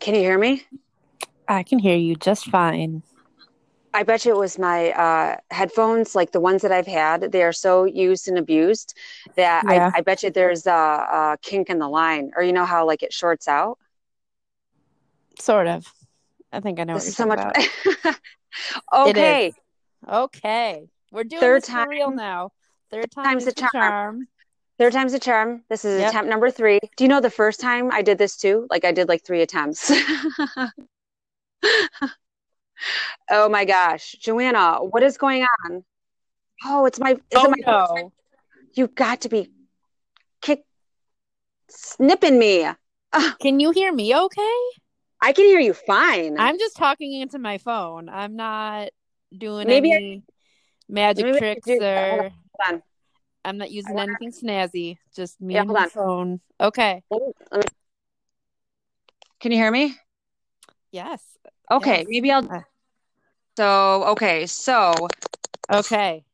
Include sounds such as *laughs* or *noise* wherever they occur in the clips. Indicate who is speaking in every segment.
Speaker 1: Can you hear me?
Speaker 2: I can hear you just fine.
Speaker 1: I bet you it was my uh, headphones, like the ones that I've had. They are so used and abused that
Speaker 2: Yeah.
Speaker 1: I, I bet you there's a, a kink in the line, or you know how like it shorts out.
Speaker 2: Sort of. I think I know
Speaker 1: This is so
Speaker 2: what you're
Speaker 1: much.
Speaker 2: talking
Speaker 1: *laughs*
Speaker 2: It is.
Speaker 1: okay,
Speaker 2: about. Okay. We're doing
Speaker 1: Third
Speaker 2: this for real
Speaker 1: time-
Speaker 2: now. Third time
Speaker 1: time's
Speaker 2: is
Speaker 1: the
Speaker 2: the
Speaker 1: charm.
Speaker 2: charm.
Speaker 1: third time's a charm. This is
Speaker 2: Yep.
Speaker 1: attempt number three. Do you know the first time I did this too? Like I did like three attempts. *laughs* oh my gosh, Joanna, what is going on? Oh, it's my. Is
Speaker 2: Oh
Speaker 1: it my?
Speaker 2: no.
Speaker 1: You've got to be kick snipping me.
Speaker 2: Can you hear me okay?
Speaker 1: I can hear you fine.
Speaker 2: I'm just talking into my phone. I'm not doing
Speaker 1: Maybe I-
Speaker 2: any magic
Speaker 1: maybe I
Speaker 2: tricks
Speaker 1: should do that. Hold
Speaker 2: or
Speaker 1: Hold on.
Speaker 2: I'm not using anything snazzy. Just me
Speaker 1: Yeah,
Speaker 2: and
Speaker 1: hold
Speaker 2: my
Speaker 1: on.
Speaker 2: phone. Okay.
Speaker 1: Let me- let me- Can you hear me?
Speaker 2: Yes.
Speaker 1: Okay,
Speaker 2: Yes.
Speaker 1: maybe I'll.
Speaker 2: Uh.
Speaker 1: So okay, so
Speaker 2: Okay.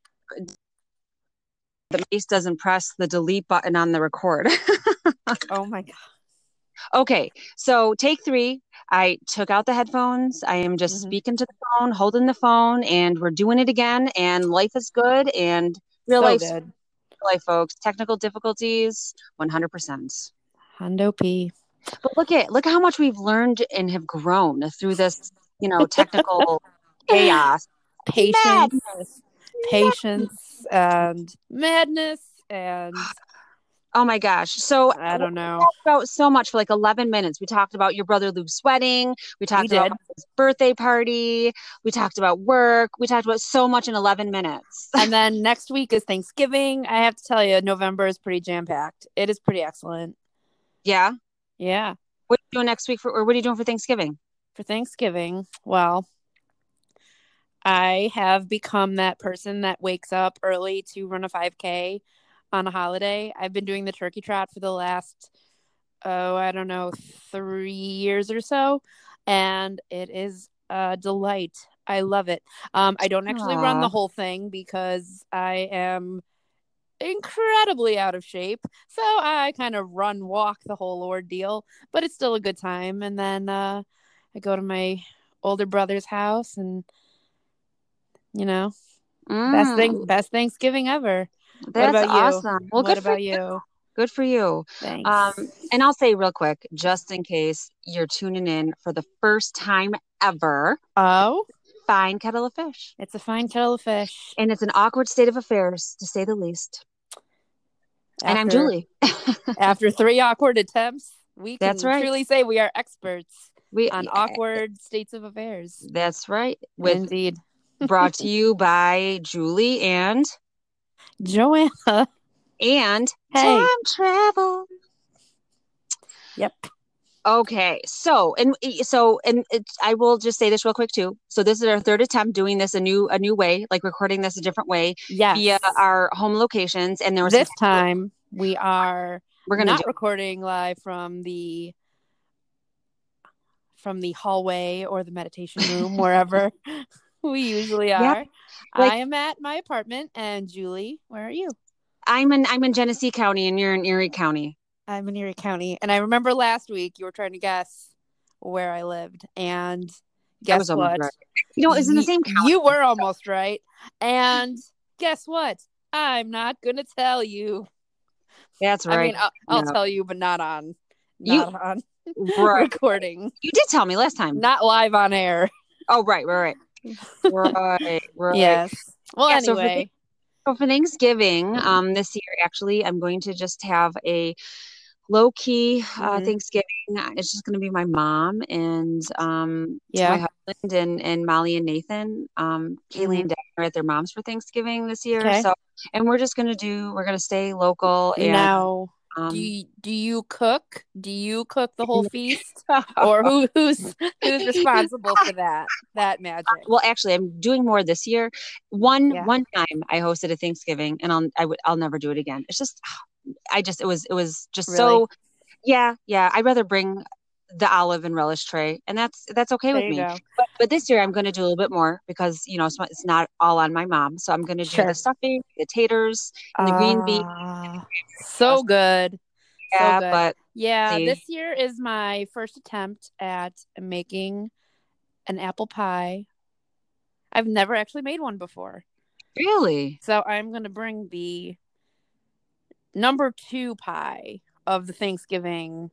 Speaker 1: the mouse doesn't press the delete button on the record. *laughs*
Speaker 2: Oh my god.
Speaker 1: okay, so take three. I took out the headphones. I am just
Speaker 2: Mhm.
Speaker 1: speaking to the phone, holding the phone, and we're doing it again. And life is good. And real
Speaker 2: so
Speaker 1: life,
Speaker 2: good.
Speaker 1: life, folks. Technical difficulties, one hundred percent.
Speaker 2: Hondo P.
Speaker 1: But look at look how much we've learned and have grown through this, you know,
Speaker 2: *laughs*
Speaker 1: technical chaos.
Speaker 2: Patience.
Speaker 1: Madness.
Speaker 2: patience and madness and
Speaker 1: Oh my gosh. So
Speaker 2: I don't know.
Speaker 1: talked about so much for like 11 minutes. We talked about your brother Luke's wedding. We talked about
Speaker 2: did.
Speaker 1: his birthday party. We talked about work. We talked about so much in 11 minutes. *laughs*
Speaker 2: And then next week is Thanksgiving. I have to tell you, November is pretty jam packed. It is pretty excellent.
Speaker 1: yeah.
Speaker 2: Yeah.
Speaker 1: What are you doing next week for, or what are you doing for Thanksgiving?
Speaker 2: For Thanksgiving, well, I have become that person that wakes up early to run a 5K on a holiday. I've been doing the turkey trot for the last, oh, I don't know, three years or so. And it is a delight. I love it. Um, I don't actually run
Speaker 1: Aw.
Speaker 2: the whole thing because I am incredibly out of shape. So I kind of run walk the whole ordeal, but it's still a good time. And then uh, I go to my older brother's house and you know best thing
Speaker 1: Mm,
Speaker 2: best thanksgiving ever
Speaker 1: That's
Speaker 2: about you?
Speaker 1: awesome. Well,
Speaker 2: what
Speaker 1: good for
Speaker 2: about
Speaker 1: you. Um,
Speaker 2: you
Speaker 1: Good for you.
Speaker 2: thanks
Speaker 1: Um, and I'll say real quick, just in case you're tuning in for the first time ever,
Speaker 2: oh
Speaker 1: fine kettle of fish.
Speaker 2: it's a fine kettle of fish
Speaker 1: And it's an awkward state of affairs, to say the least. and I'm
Speaker 2: After-
Speaker 1: Julie.
Speaker 2: *laughs* after three awkward attempts we can
Speaker 1: That's right.
Speaker 2: truly say we are experts
Speaker 1: We
Speaker 2: on awkward states of affairs
Speaker 1: That's right. With
Speaker 2: indeed
Speaker 1: *laughs* brought to you by Julie and
Speaker 2: joanna
Speaker 1: and
Speaker 2: Hey.
Speaker 1: time travel.
Speaker 2: yep
Speaker 1: Okay, so and so and it, I will just say this real quick too. So this is our third attempt doing this a new a new way, like recording this a different way
Speaker 2: yes
Speaker 1: via our home locations. And there was
Speaker 2: this
Speaker 1: some-
Speaker 2: time we are
Speaker 1: we're gonna
Speaker 2: not
Speaker 1: do
Speaker 2: recording live from the from the hallway or the meditation *laughs* room wherever we usually
Speaker 1: Yeah.
Speaker 2: are
Speaker 1: Like-
Speaker 2: i am at my apartment and julie where are you
Speaker 1: I'm in I'm in Genesee County and you're in Erie County.
Speaker 2: i'm in erie county and i remember last week you were trying to guess where i lived and
Speaker 1: I
Speaker 2: guess
Speaker 1: was almost
Speaker 2: what
Speaker 1: right. You know, it's in the
Speaker 2: Ye-
Speaker 1: same county.
Speaker 2: you were almost right and guess what i'm not gonna tell you
Speaker 1: That's
Speaker 2: i
Speaker 1: right.
Speaker 2: mean i'll, I'll
Speaker 1: No.
Speaker 2: tell you but not on
Speaker 1: You-
Speaker 2: not on *laughs*
Speaker 1: right.
Speaker 2: recording
Speaker 1: *laughs* You did tell me last time.
Speaker 2: not live on air *laughs*
Speaker 1: Oh, right, right, right. right, right.
Speaker 2: Yes. Well,
Speaker 1: Yeah, so for
Speaker 2: anyway,
Speaker 1: So for Thanksgiving, um, this year actually, I'm going to just have a low key uh,
Speaker 2: Mhm.
Speaker 1: Thanksgiving. It's just going to be my mom and um, my
Speaker 2: yeah, Mm-hmm.
Speaker 1: husband and and Molly and Nathan. Um, Kaylee and Dad are at their mom's for Thanksgiving this year.
Speaker 2: Okay.
Speaker 1: So, and we're just going to do. We're going to stay local and
Speaker 2: now
Speaker 1: um,
Speaker 2: do you, do you cook? Do you cook
Speaker 1: *laughs*
Speaker 2: the whole feast,
Speaker 1: um,
Speaker 2: *laughs* or who who's who's responsible for that that magic?
Speaker 1: *laughs* well, actually, I'm doing more this year. One
Speaker 2: Yeah.
Speaker 1: one time, I hosted a Thanksgiving, and I'll I would I'll never do it again. It's just, *sighs* I just it was it was just so,
Speaker 2: Really?
Speaker 1: yeah, yeah. I'd rather bring the olive and relish tray, and that's that's okay
Speaker 2: There
Speaker 1: with
Speaker 2: you
Speaker 1: me.
Speaker 2: go.
Speaker 1: But, but this year, I'm going to do a little bit more because you know it's, not- it's not all on my mom. So I'm going to do
Speaker 2: Sure.
Speaker 1: the stuffing, the taters, and the green bean.
Speaker 2: Ah, so good. So
Speaker 1: Yeah,
Speaker 2: good.
Speaker 1: but
Speaker 2: Yeah,
Speaker 1: See?
Speaker 2: this year is my first attempt at making an apple pie. I've never actually made one before.
Speaker 1: Really?
Speaker 2: So I'm going to bring the number two pie of the Thanksgiving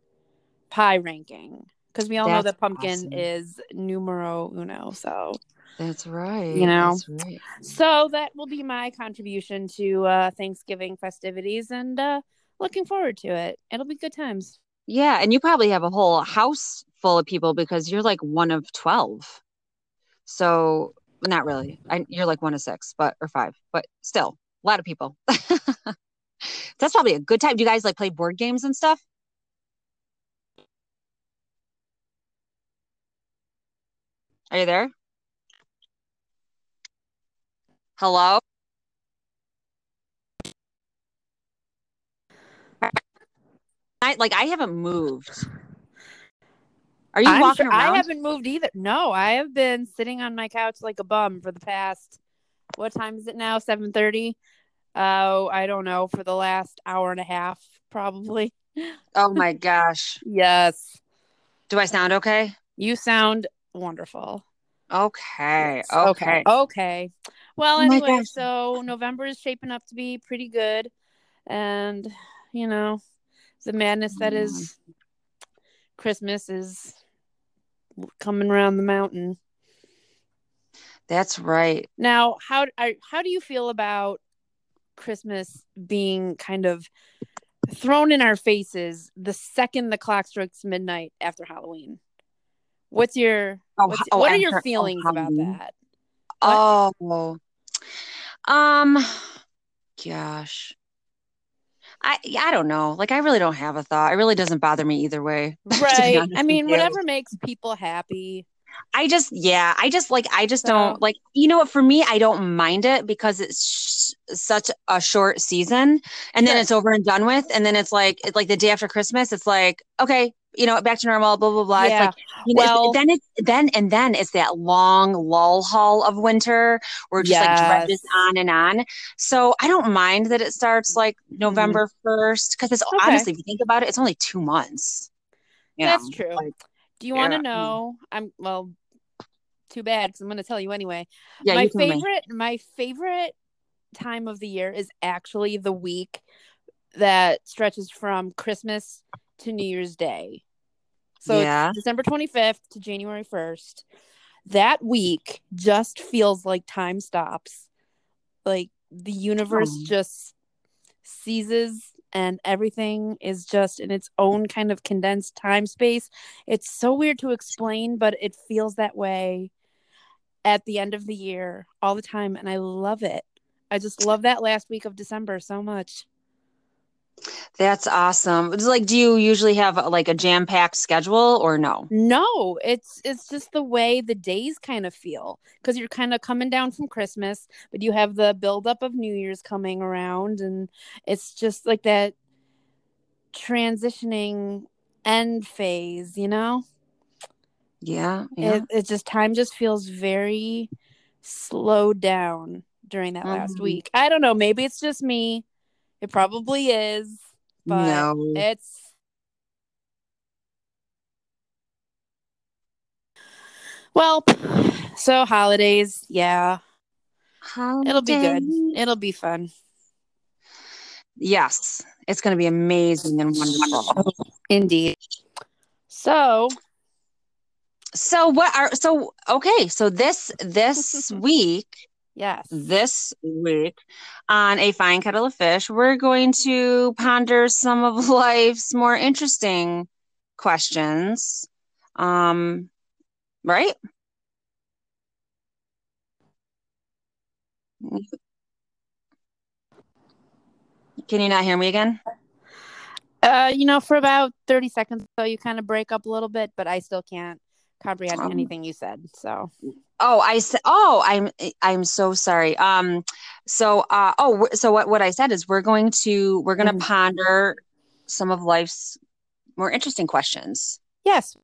Speaker 2: pie ranking because we all know
Speaker 1: That's
Speaker 2: that pumpkin
Speaker 1: awesome.
Speaker 2: is numero uno. So.
Speaker 1: That's right.
Speaker 2: You know?
Speaker 1: That's right.
Speaker 2: So that will be my contribution to uh, Thanksgiving festivities, and uh, looking forward to it. It'll be good times.
Speaker 1: Yeah, and you probably have a whole house full of people because you're like one of 12. So, not really. I, you're like one of six, but or five, but still, a lot of people. *laughs* That's probably a good time. Do you guys like play board games and stuff? Are you there? Hello? I like I haven't moved. Are you
Speaker 2: I'm
Speaker 1: walking
Speaker 2: sure-
Speaker 1: around?
Speaker 2: I haven't moved either. No, I have been sitting on my couch like a bum for the past. What time is it now? Seven thirty. Oh, I don't know. For the last hour and a half, probably.
Speaker 1: Oh my gosh.
Speaker 2: Yes,
Speaker 1: Do I sound okay?
Speaker 2: you sound wonderful.
Speaker 1: Okay.
Speaker 2: Yes.
Speaker 1: Okay.
Speaker 2: Okay. Well,
Speaker 1: Oh my
Speaker 2: anyway,
Speaker 1: gosh.
Speaker 2: so November is shaping up to be pretty good. And, you know, the madness that
Speaker 1: Mm.
Speaker 2: is Christmas is coming around the mountain. Oh.
Speaker 1: That's right.
Speaker 2: Now, how are, how do you feel about Christmas being kind of thrown in our faces the second the clock strikes midnight after Halloween? What's your
Speaker 1: Oh,
Speaker 2: what's,
Speaker 1: oh,
Speaker 2: what are
Speaker 1: and
Speaker 2: your
Speaker 1: for- oh,
Speaker 2: feelings about
Speaker 1: Halloween.
Speaker 2: that?
Speaker 1: Oh, um, gosh. I I don't know. Like I really don't have a thought. It really doesn't bother me either way. *laughs* to be
Speaker 2: Right.
Speaker 1: honest
Speaker 2: I
Speaker 1: with
Speaker 2: mean,
Speaker 1: you.
Speaker 2: whatever makes people happy.
Speaker 1: I just yeah, I just like I just
Speaker 2: So-
Speaker 1: don't like you know what for me I don't mind it because it's sh- such a short season and then
Speaker 2: Sure.
Speaker 1: it's over and done with and then it's like it's like the day after Christmas it's like okay, you know, back to normal blah blah blah. It's like you know, it's-
Speaker 2: Well-
Speaker 1: then it's then and then it's that long lull haul of winter where just like dredges
Speaker 2: Yes.
Speaker 1: on and on. So I don't mind that it starts like
Speaker 2: Mm-hmm.
Speaker 1: November 1st because it's honestly if you think about it it's only 2 months. You
Speaker 2: That's
Speaker 1: know,
Speaker 2: true.
Speaker 1: like,
Speaker 2: Do you want
Speaker 1: yeah,
Speaker 2: to
Speaker 1: mm.
Speaker 2: know? I'm well. Too bad because I'm going to tell you anyway.
Speaker 1: yeah,
Speaker 2: my
Speaker 1: you told me.
Speaker 2: favorite, my favorite time of the year is actually the week that stretches from Christmas to New Year's Day. So
Speaker 1: Yeah.
Speaker 2: it's December 25th to January 1st. That week just feels like time stops. Like the universe
Speaker 1: Oh.
Speaker 2: just seizes and everything is just in its own kind of condensed time space. It's so weird to explain, but it feels that way at the end of the year all the time. And I love it. I just love that last week of December so much.
Speaker 1: That's awesome. It's like, do you usually have uh, like a jam-packed schedule or no?
Speaker 2: No, it's it's just the way the days kind of feel because you're kind of coming down from Christmas, but you have the buildup of New Year's coming around, and it's just like that transitioning end phase, you know?
Speaker 1: Yeah, yeah.
Speaker 2: It, it's just time just feels very slowed down during that last
Speaker 1: Mhm.
Speaker 2: week. I don't know. Maybe it's just me. It probably is. but
Speaker 1: no.
Speaker 2: It's well, so holidays, yeah. It'll be good.
Speaker 1: Holiday.
Speaker 2: It'll be fun.
Speaker 1: Yes, it's going to be amazing and wonderful.
Speaker 2: Indeed. So,
Speaker 1: So what are so okay, so this this week,
Speaker 2: yes.
Speaker 1: this week on a fine kettle of fish, we're going to ponder some of *laughs* life's more interesting questions. Um, right? Can you not hear me again?
Speaker 2: Uh, you know, for about 30 seconds, so you kind of break up a little bit, but I still can't comprehend
Speaker 1: Um,
Speaker 2: anything you said. So,
Speaker 1: Oh, I said. Oh, I'm. I'm so sorry. Um. So. Uh. Oh. w- So what? What I said is we're going to we're going to
Speaker 2: Mhm.
Speaker 1: ponder some of life's more interesting questions.
Speaker 2: yes.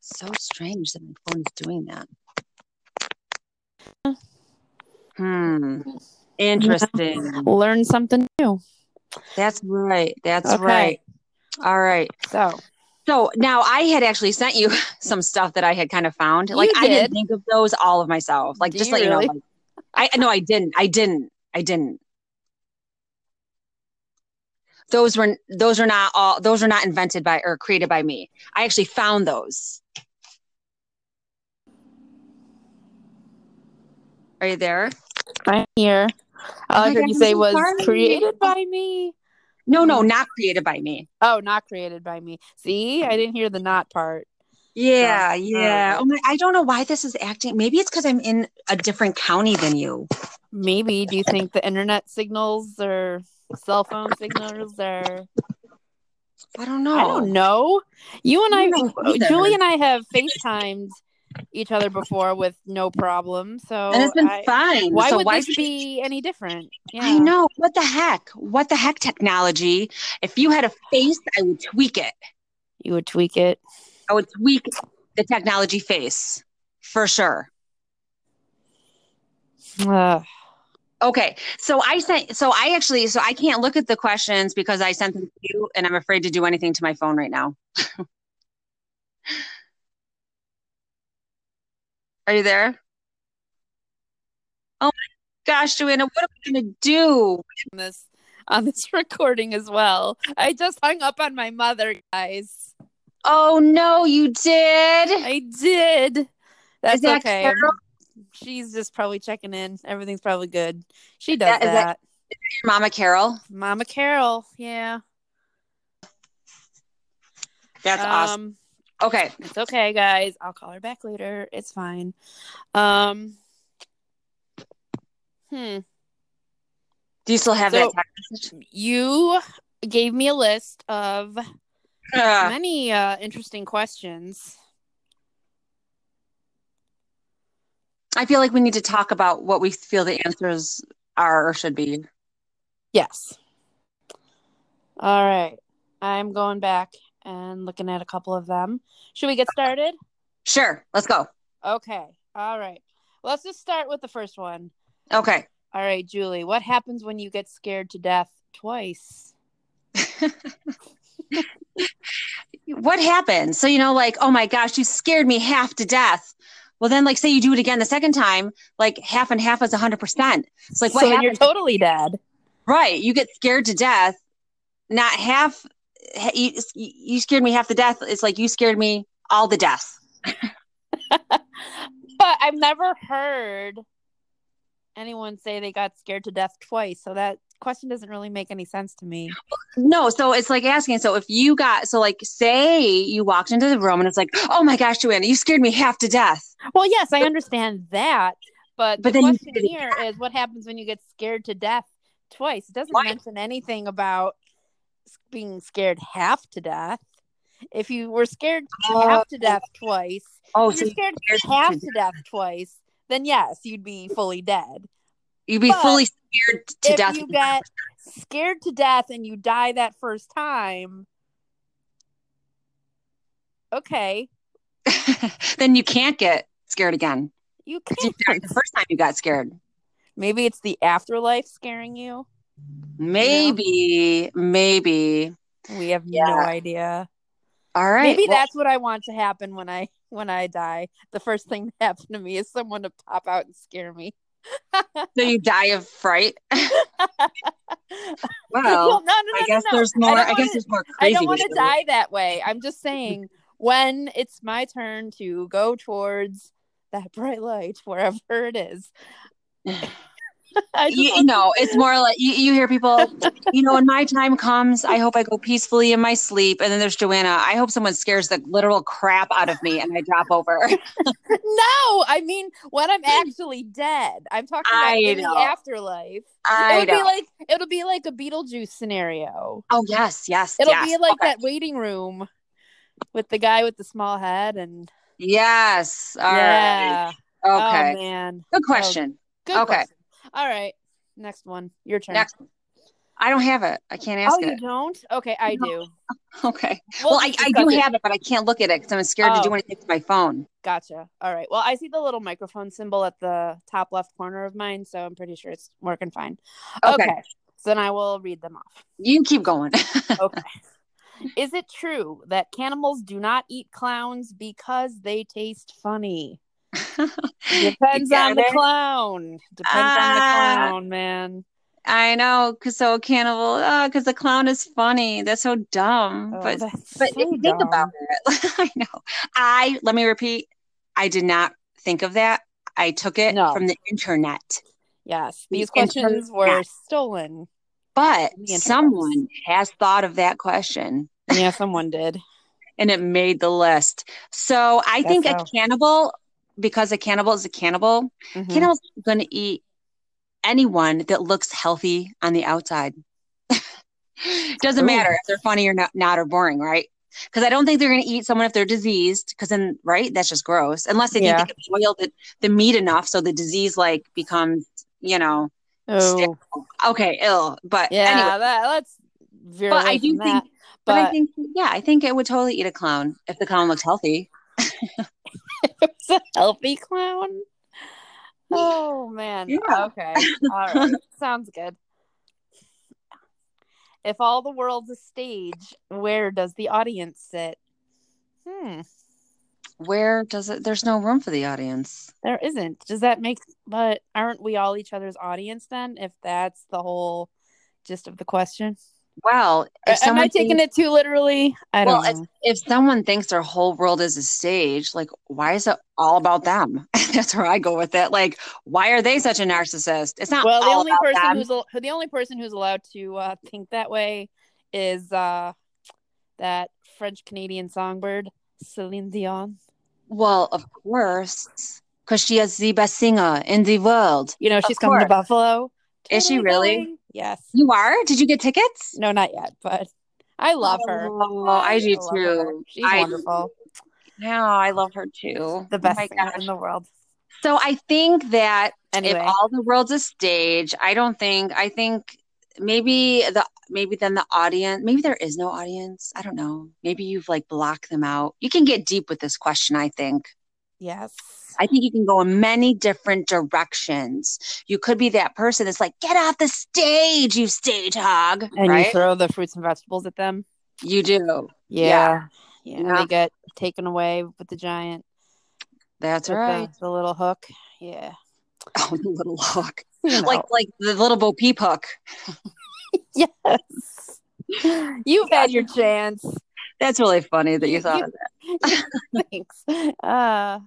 Speaker 1: So strange that my phone is doing that. Hmm. Interesting.
Speaker 2: Learn something new.
Speaker 1: That's right. That's
Speaker 2: Okay.
Speaker 1: right. All right.
Speaker 2: So
Speaker 1: So now I had actually sent you *laughs* some stuff that I had kind of found.
Speaker 2: You
Speaker 1: Like I
Speaker 2: did.
Speaker 1: didn't think of those all of myself. Like
Speaker 2: Did
Speaker 1: just
Speaker 2: you
Speaker 1: let
Speaker 2: really?
Speaker 1: you know. Like, I no, I didn't. I didn't. I didn't. Those were those are not all those are not invented by or created by me. I actually found those. Are you there?
Speaker 2: I'm here.
Speaker 1: Oh
Speaker 2: All I
Speaker 1: my
Speaker 2: heard
Speaker 1: God, I'm
Speaker 2: you say
Speaker 1: so
Speaker 2: was
Speaker 1: sorry.
Speaker 2: created by me.
Speaker 1: No, no, not created by me.
Speaker 2: Oh, not created by me. See, I didn't hear the not part.
Speaker 1: Yeah,
Speaker 2: uh,
Speaker 1: yeah. Oh my, I don't know why this is acting. Maybe it's because I'm in a different county than you.
Speaker 2: Maybe do you think the internet signals or cell phone signals are?
Speaker 1: I don't know.
Speaker 2: I don't know. You and
Speaker 1: I
Speaker 2: I,
Speaker 1: don't know either.
Speaker 2: Julie and I have FaceTimed each other before with no problem. So
Speaker 1: and it's been
Speaker 2: I-
Speaker 1: fine.
Speaker 2: why
Speaker 1: so
Speaker 2: would
Speaker 1: why
Speaker 2: this be any different?
Speaker 1: I know what the heck? What the heck technology? If you had a face, I would tweak it.
Speaker 2: You would tweak it.
Speaker 1: I would tweak the technology face for sure.
Speaker 2: Ugh.
Speaker 1: Okay. So I sent so I actually so I can't look at the questions because I sent them to you and I'm afraid to do anything to my phone right now. *laughs* Are you there? Oh my gosh, Joanna, what am I gonna do?
Speaker 2: on this on this *laughs* recording as well. I just hung up on my mother, guys.
Speaker 1: Oh no, you did.
Speaker 2: I did. That's
Speaker 1: that
Speaker 2: okay.
Speaker 1: Carol?
Speaker 2: She's just probably checking in. Everything's probably good. She does
Speaker 1: that-
Speaker 2: that.
Speaker 1: is that- Your mama Carol.
Speaker 2: Mama Carol. Yeah.
Speaker 1: That's awesome.
Speaker 2: Um,
Speaker 1: Okay.
Speaker 2: It's okay, guys. I'll call her back later. It's fine. Um. Hmm.
Speaker 1: Do you still have
Speaker 2: So-
Speaker 1: that text message?
Speaker 2: You gave me a list of
Speaker 1: Uh,
Speaker 2: many uh, interesting questions.
Speaker 1: I feel like we need to talk about what we feel the answers are or should be.
Speaker 2: Yes. All right. I'm going back and looking at a couple of them. Should we get started?
Speaker 1: Sure, let's go.
Speaker 2: Okay. All right. Let's just start with the first one.
Speaker 1: Okay.
Speaker 2: All right, Julie, what happens when you get scared to death twice?
Speaker 1: What happened? So, you know, like, oh my gosh, you scared me half to death. Well, then, like, say you do it again the second time, like, half and half is 100%. It's like, what
Speaker 2: so then
Speaker 1: happened?
Speaker 2: you're totally dead.
Speaker 1: right. You get scared to death, not half. ha- You, you scared me half to death. It's like you scared me all the death.
Speaker 2: But I've never heard anyone say they got scared to death twice. So that question doesn't really make any sense to me.
Speaker 1: No, so it's like asking. So if you got, so like, say you walked into the room and it's like, oh my gosh, Joanna, you scared me half to death.
Speaker 2: Well, yes, I understand that. But,
Speaker 1: But
Speaker 2: the
Speaker 1: then you
Speaker 2: question
Speaker 1: did it
Speaker 2: here is what happens when you get scared to death twice? It doesn't
Speaker 1: Why?
Speaker 2: mention anything about s- being scared half to death. If you were scared half to death twice,
Speaker 1: Oh,
Speaker 2: if
Speaker 1: so
Speaker 2: you're scared
Speaker 1: scared to
Speaker 2: half
Speaker 1: death.
Speaker 2: to death twice, then yes, you'd be fully dead.
Speaker 1: you'd be
Speaker 2: But
Speaker 1: fully scared to
Speaker 2: if
Speaker 1: death.
Speaker 2: you get scared to death and you die that first time, okay,
Speaker 1: *laughs* then you can't get scared
Speaker 2: *laughs*
Speaker 1: again.
Speaker 2: you
Speaker 1: 'Cause You
Speaker 2: can.
Speaker 1: died the first time you got scared.
Speaker 2: Maybe it's the afterlife scaring you.
Speaker 1: Maybe, maybe.
Speaker 2: We have no
Speaker 1: Yeah.
Speaker 2: idea.
Speaker 1: All right.
Speaker 2: Maybe
Speaker 1: well,
Speaker 2: that's what I want to happen when I when I die. The first thing to happen to me is someone to pop out and scare me. *laughs*
Speaker 1: so you die of fright. *laughs*
Speaker 2: Well,
Speaker 1: Well,
Speaker 2: no, no, no,
Speaker 1: I guess
Speaker 2: no, no.
Speaker 1: there's more.
Speaker 2: don't
Speaker 1: I, guess
Speaker 2: wanna-
Speaker 1: there's more
Speaker 2: I
Speaker 1: crazy.
Speaker 2: don't want
Speaker 1: ways
Speaker 2: to
Speaker 1: do it.
Speaker 2: die that way. I'm just saying when it's my turn to go towards that bright light, wherever it is. I just
Speaker 1: You,
Speaker 2: want-
Speaker 1: know, it's more like you, you hear people. You know, when my time comes, I hope I go peacefully in my sleep. And then there's Joanna. I hope someone scares the literal crap out of me and I drop
Speaker 2: *laughs*
Speaker 1: over.
Speaker 2: no, I mean when I'm actually dead. I'm talking about
Speaker 1: I
Speaker 2: in
Speaker 1: know.
Speaker 2: the afterlife.
Speaker 1: I
Speaker 2: it'll be
Speaker 1: know.
Speaker 2: like it'll be like a Beetlejuice scenario.
Speaker 1: Oh yes, yes,
Speaker 2: It'll
Speaker 1: yes.
Speaker 2: be like
Speaker 1: Okay.
Speaker 2: that waiting room with the guy with the small head and
Speaker 1: Yes. All right.
Speaker 2: yeah.
Speaker 1: Okay.
Speaker 2: Oh man.
Speaker 1: Good question.
Speaker 2: Good.
Speaker 1: Okay.
Speaker 2: question. All right. Next one. Your turn.
Speaker 1: Next. I don't have it. I can't ask
Speaker 2: oh, you
Speaker 1: it.
Speaker 2: don't? Okay, I
Speaker 1: No.
Speaker 2: do.
Speaker 1: *laughs* Okay. Well, I,
Speaker 2: just
Speaker 1: I
Speaker 2: discuss
Speaker 1: do
Speaker 2: it.
Speaker 1: have it, but I can't look at it because I'm scared to
Speaker 2: Oh.
Speaker 1: do anything to my phone.
Speaker 2: Gotcha. All right. Well, I see the little microphone symbol at the top left corner of mine, so I'm pretty sure it's working fine.
Speaker 1: Okay.
Speaker 2: Okay. Then I will read them off.
Speaker 1: You keep going. *laughs*
Speaker 2: Okay. Is it true that cannibals do not eat clowns because they taste funny? Depends
Speaker 1: got
Speaker 2: on the
Speaker 1: it.
Speaker 2: clown. Depends
Speaker 1: Ah.
Speaker 2: on the clown, man.
Speaker 1: I know, cause so cannibal, because the clown is funny. That's so dumb.
Speaker 2: Oh,
Speaker 1: but
Speaker 2: that's
Speaker 1: but
Speaker 2: so
Speaker 1: if you think
Speaker 2: dumb.
Speaker 1: about it, *laughs* I know. I let me repeat. I did not think of that. I took it
Speaker 2: No.
Speaker 1: from the internet.
Speaker 2: Yes,
Speaker 1: The
Speaker 2: these questions
Speaker 1: internet.
Speaker 2: were stolen.
Speaker 1: But
Speaker 2: The internet.
Speaker 1: someone has thought of that question
Speaker 2: Yeah,
Speaker 1: *laughs*
Speaker 2: someone did.
Speaker 1: and it made the list. So I
Speaker 2: That's
Speaker 1: think
Speaker 2: how-
Speaker 1: a cannibal, because a cannibal is a cannibal,
Speaker 2: Mhm.
Speaker 1: cannibals are going to eat anyone that looks healthy on the outside. *laughs* Doesn't
Speaker 2: True.
Speaker 1: matter if they're funny or not, not or boring, right? Because I don't think they're going to eat someone if they're diseased. Because then, right? That's just gross. Unless if
Speaker 2: Yeah.
Speaker 1: you think they boil the, the meat enough so the disease like becomes, you know,
Speaker 2: Oh,
Speaker 1: okay, ill. But
Speaker 2: yeah.
Speaker 1: anyway,
Speaker 2: That, let's veer
Speaker 1: But I
Speaker 2: away
Speaker 1: do
Speaker 2: from that.
Speaker 1: but, I
Speaker 2: But
Speaker 1: think yeah, I think it would totally eat a clown if the clown looked healthy.
Speaker 2: it's a healthy clown. Oh man.
Speaker 1: Yeah.
Speaker 2: Okay. All right.
Speaker 1: *laughs*
Speaker 2: Sounds good. If all the world's a stage, where does the audience sit? Hmm.
Speaker 1: Where does it? There's no room for the audience.
Speaker 2: There isn't. Does that make but aren't we all each other's audience then if that's the whole gist of the question?
Speaker 1: Well, if
Speaker 2: Am I
Speaker 1: someone
Speaker 2: taking
Speaker 1: thinks,
Speaker 2: it too literally? I don't
Speaker 1: well, if,
Speaker 2: know.
Speaker 1: if someone thinks their whole world is a stage, like why is it all about them? *laughs* That's where I go with it. Like, why are they such a narcissist? It's *laughs* not
Speaker 2: Well, the
Speaker 1: all
Speaker 2: only
Speaker 1: about
Speaker 2: person
Speaker 1: them.
Speaker 2: who's al- who the only person who's allowed to uh, think that way is uh, that French Canadian songbird Celine Dion.
Speaker 1: Well, of course, because she is the best singer in the world.
Speaker 2: You know, she's coming to
Speaker 1: course.
Speaker 2: Buffalo.
Speaker 1: Is she really?
Speaker 2: going. Yes.
Speaker 1: You are? Did you get tickets?
Speaker 2: No, not yet, but I love her.
Speaker 1: Oh, I do
Speaker 2: love her.
Speaker 1: too.
Speaker 2: She's
Speaker 1: I do
Speaker 2: wonderful.
Speaker 1: Yeah, I love her too.
Speaker 2: The
Speaker 1: Oh
Speaker 2: best
Speaker 1: my
Speaker 2: singer
Speaker 1: gosh.
Speaker 2: in the world.
Speaker 1: So I think that
Speaker 2: Anyway,
Speaker 1: if all the world's a stage, I don't think I think maybe the maybe then the audience maybe there is no audience. I don't know. Maybe you've like blocked them out. You can get deep with this question, I think.
Speaker 2: yes.
Speaker 1: I think you can go in many different directions. You could be that person that's like, get off the stage, you stage hog.
Speaker 2: And you
Speaker 1: right?
Speaker 2: throw the fruits and vegetables at them.
Speaker 1: You do.
Speaker 2: Yeah. Yeah.
Speaker 1: Yeah.
Speaker 2: They get taken away with the giant,
Speaker 1: That's
Speaker 2: with
Speaker 1: right.
Speaker 2: the, the little hook. Yeah.
Speaker 1: *laughs* Oh, the little hook.
Speaker 2: You
Speaker 1: Like
Speaker 2: know.
Speaker 1: like the little Bo Peep hook.
Speaker 2: yes. You've had your chance.
Speaker 1: That's really funny that you thought of that.
Speaker 2: *laughs* Thanks. Uh,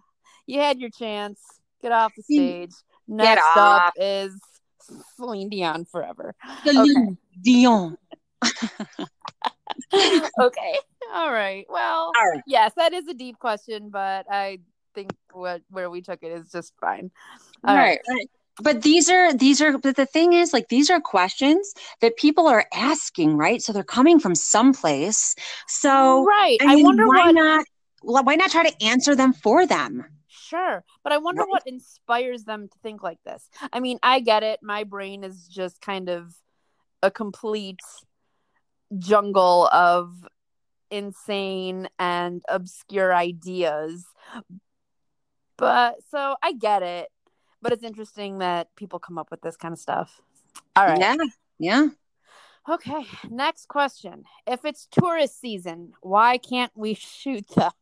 Speaker 2: you had your chance. Get off the stage. Next
Speaker 1: off.
Speaker 2: up is Celine Dion
Speaker 1: *laughs*
Speaker 2: forever. *laughs*
Speaker 1: Celine Dion.
Speaker 2: okay. All right. Well,
Speaker 1: All right.
Speaker 2: yes, that is a deep question, but I think what where we took it is just fine. All right.
Speaker 1: right. But these are these are but the thing is like these are questions that people are asking, right? So they're coming from someplace. So
Speaker 2: right.
Speaker 1: I, mean,
Speaker 2: wonder
Speaker 1: why
Speaker 2: what.
Speaker 1: not well, why not try to answer them for them?
Speaker 2: Sure, but I wonder
Speaker 1: Right.
Speaker 2: what inspires them to think like this. I mean, I get it. My brain is just kind of a complete jungle of insane and obscure ideas. But so I get it. But it's interesting that people come up with this kind of stuff. All right.
Speaker 1: Yeah. Yeah.
Speaker 2: Okay. Next question. If it's tourist season, why can't we shoot them? *laughs*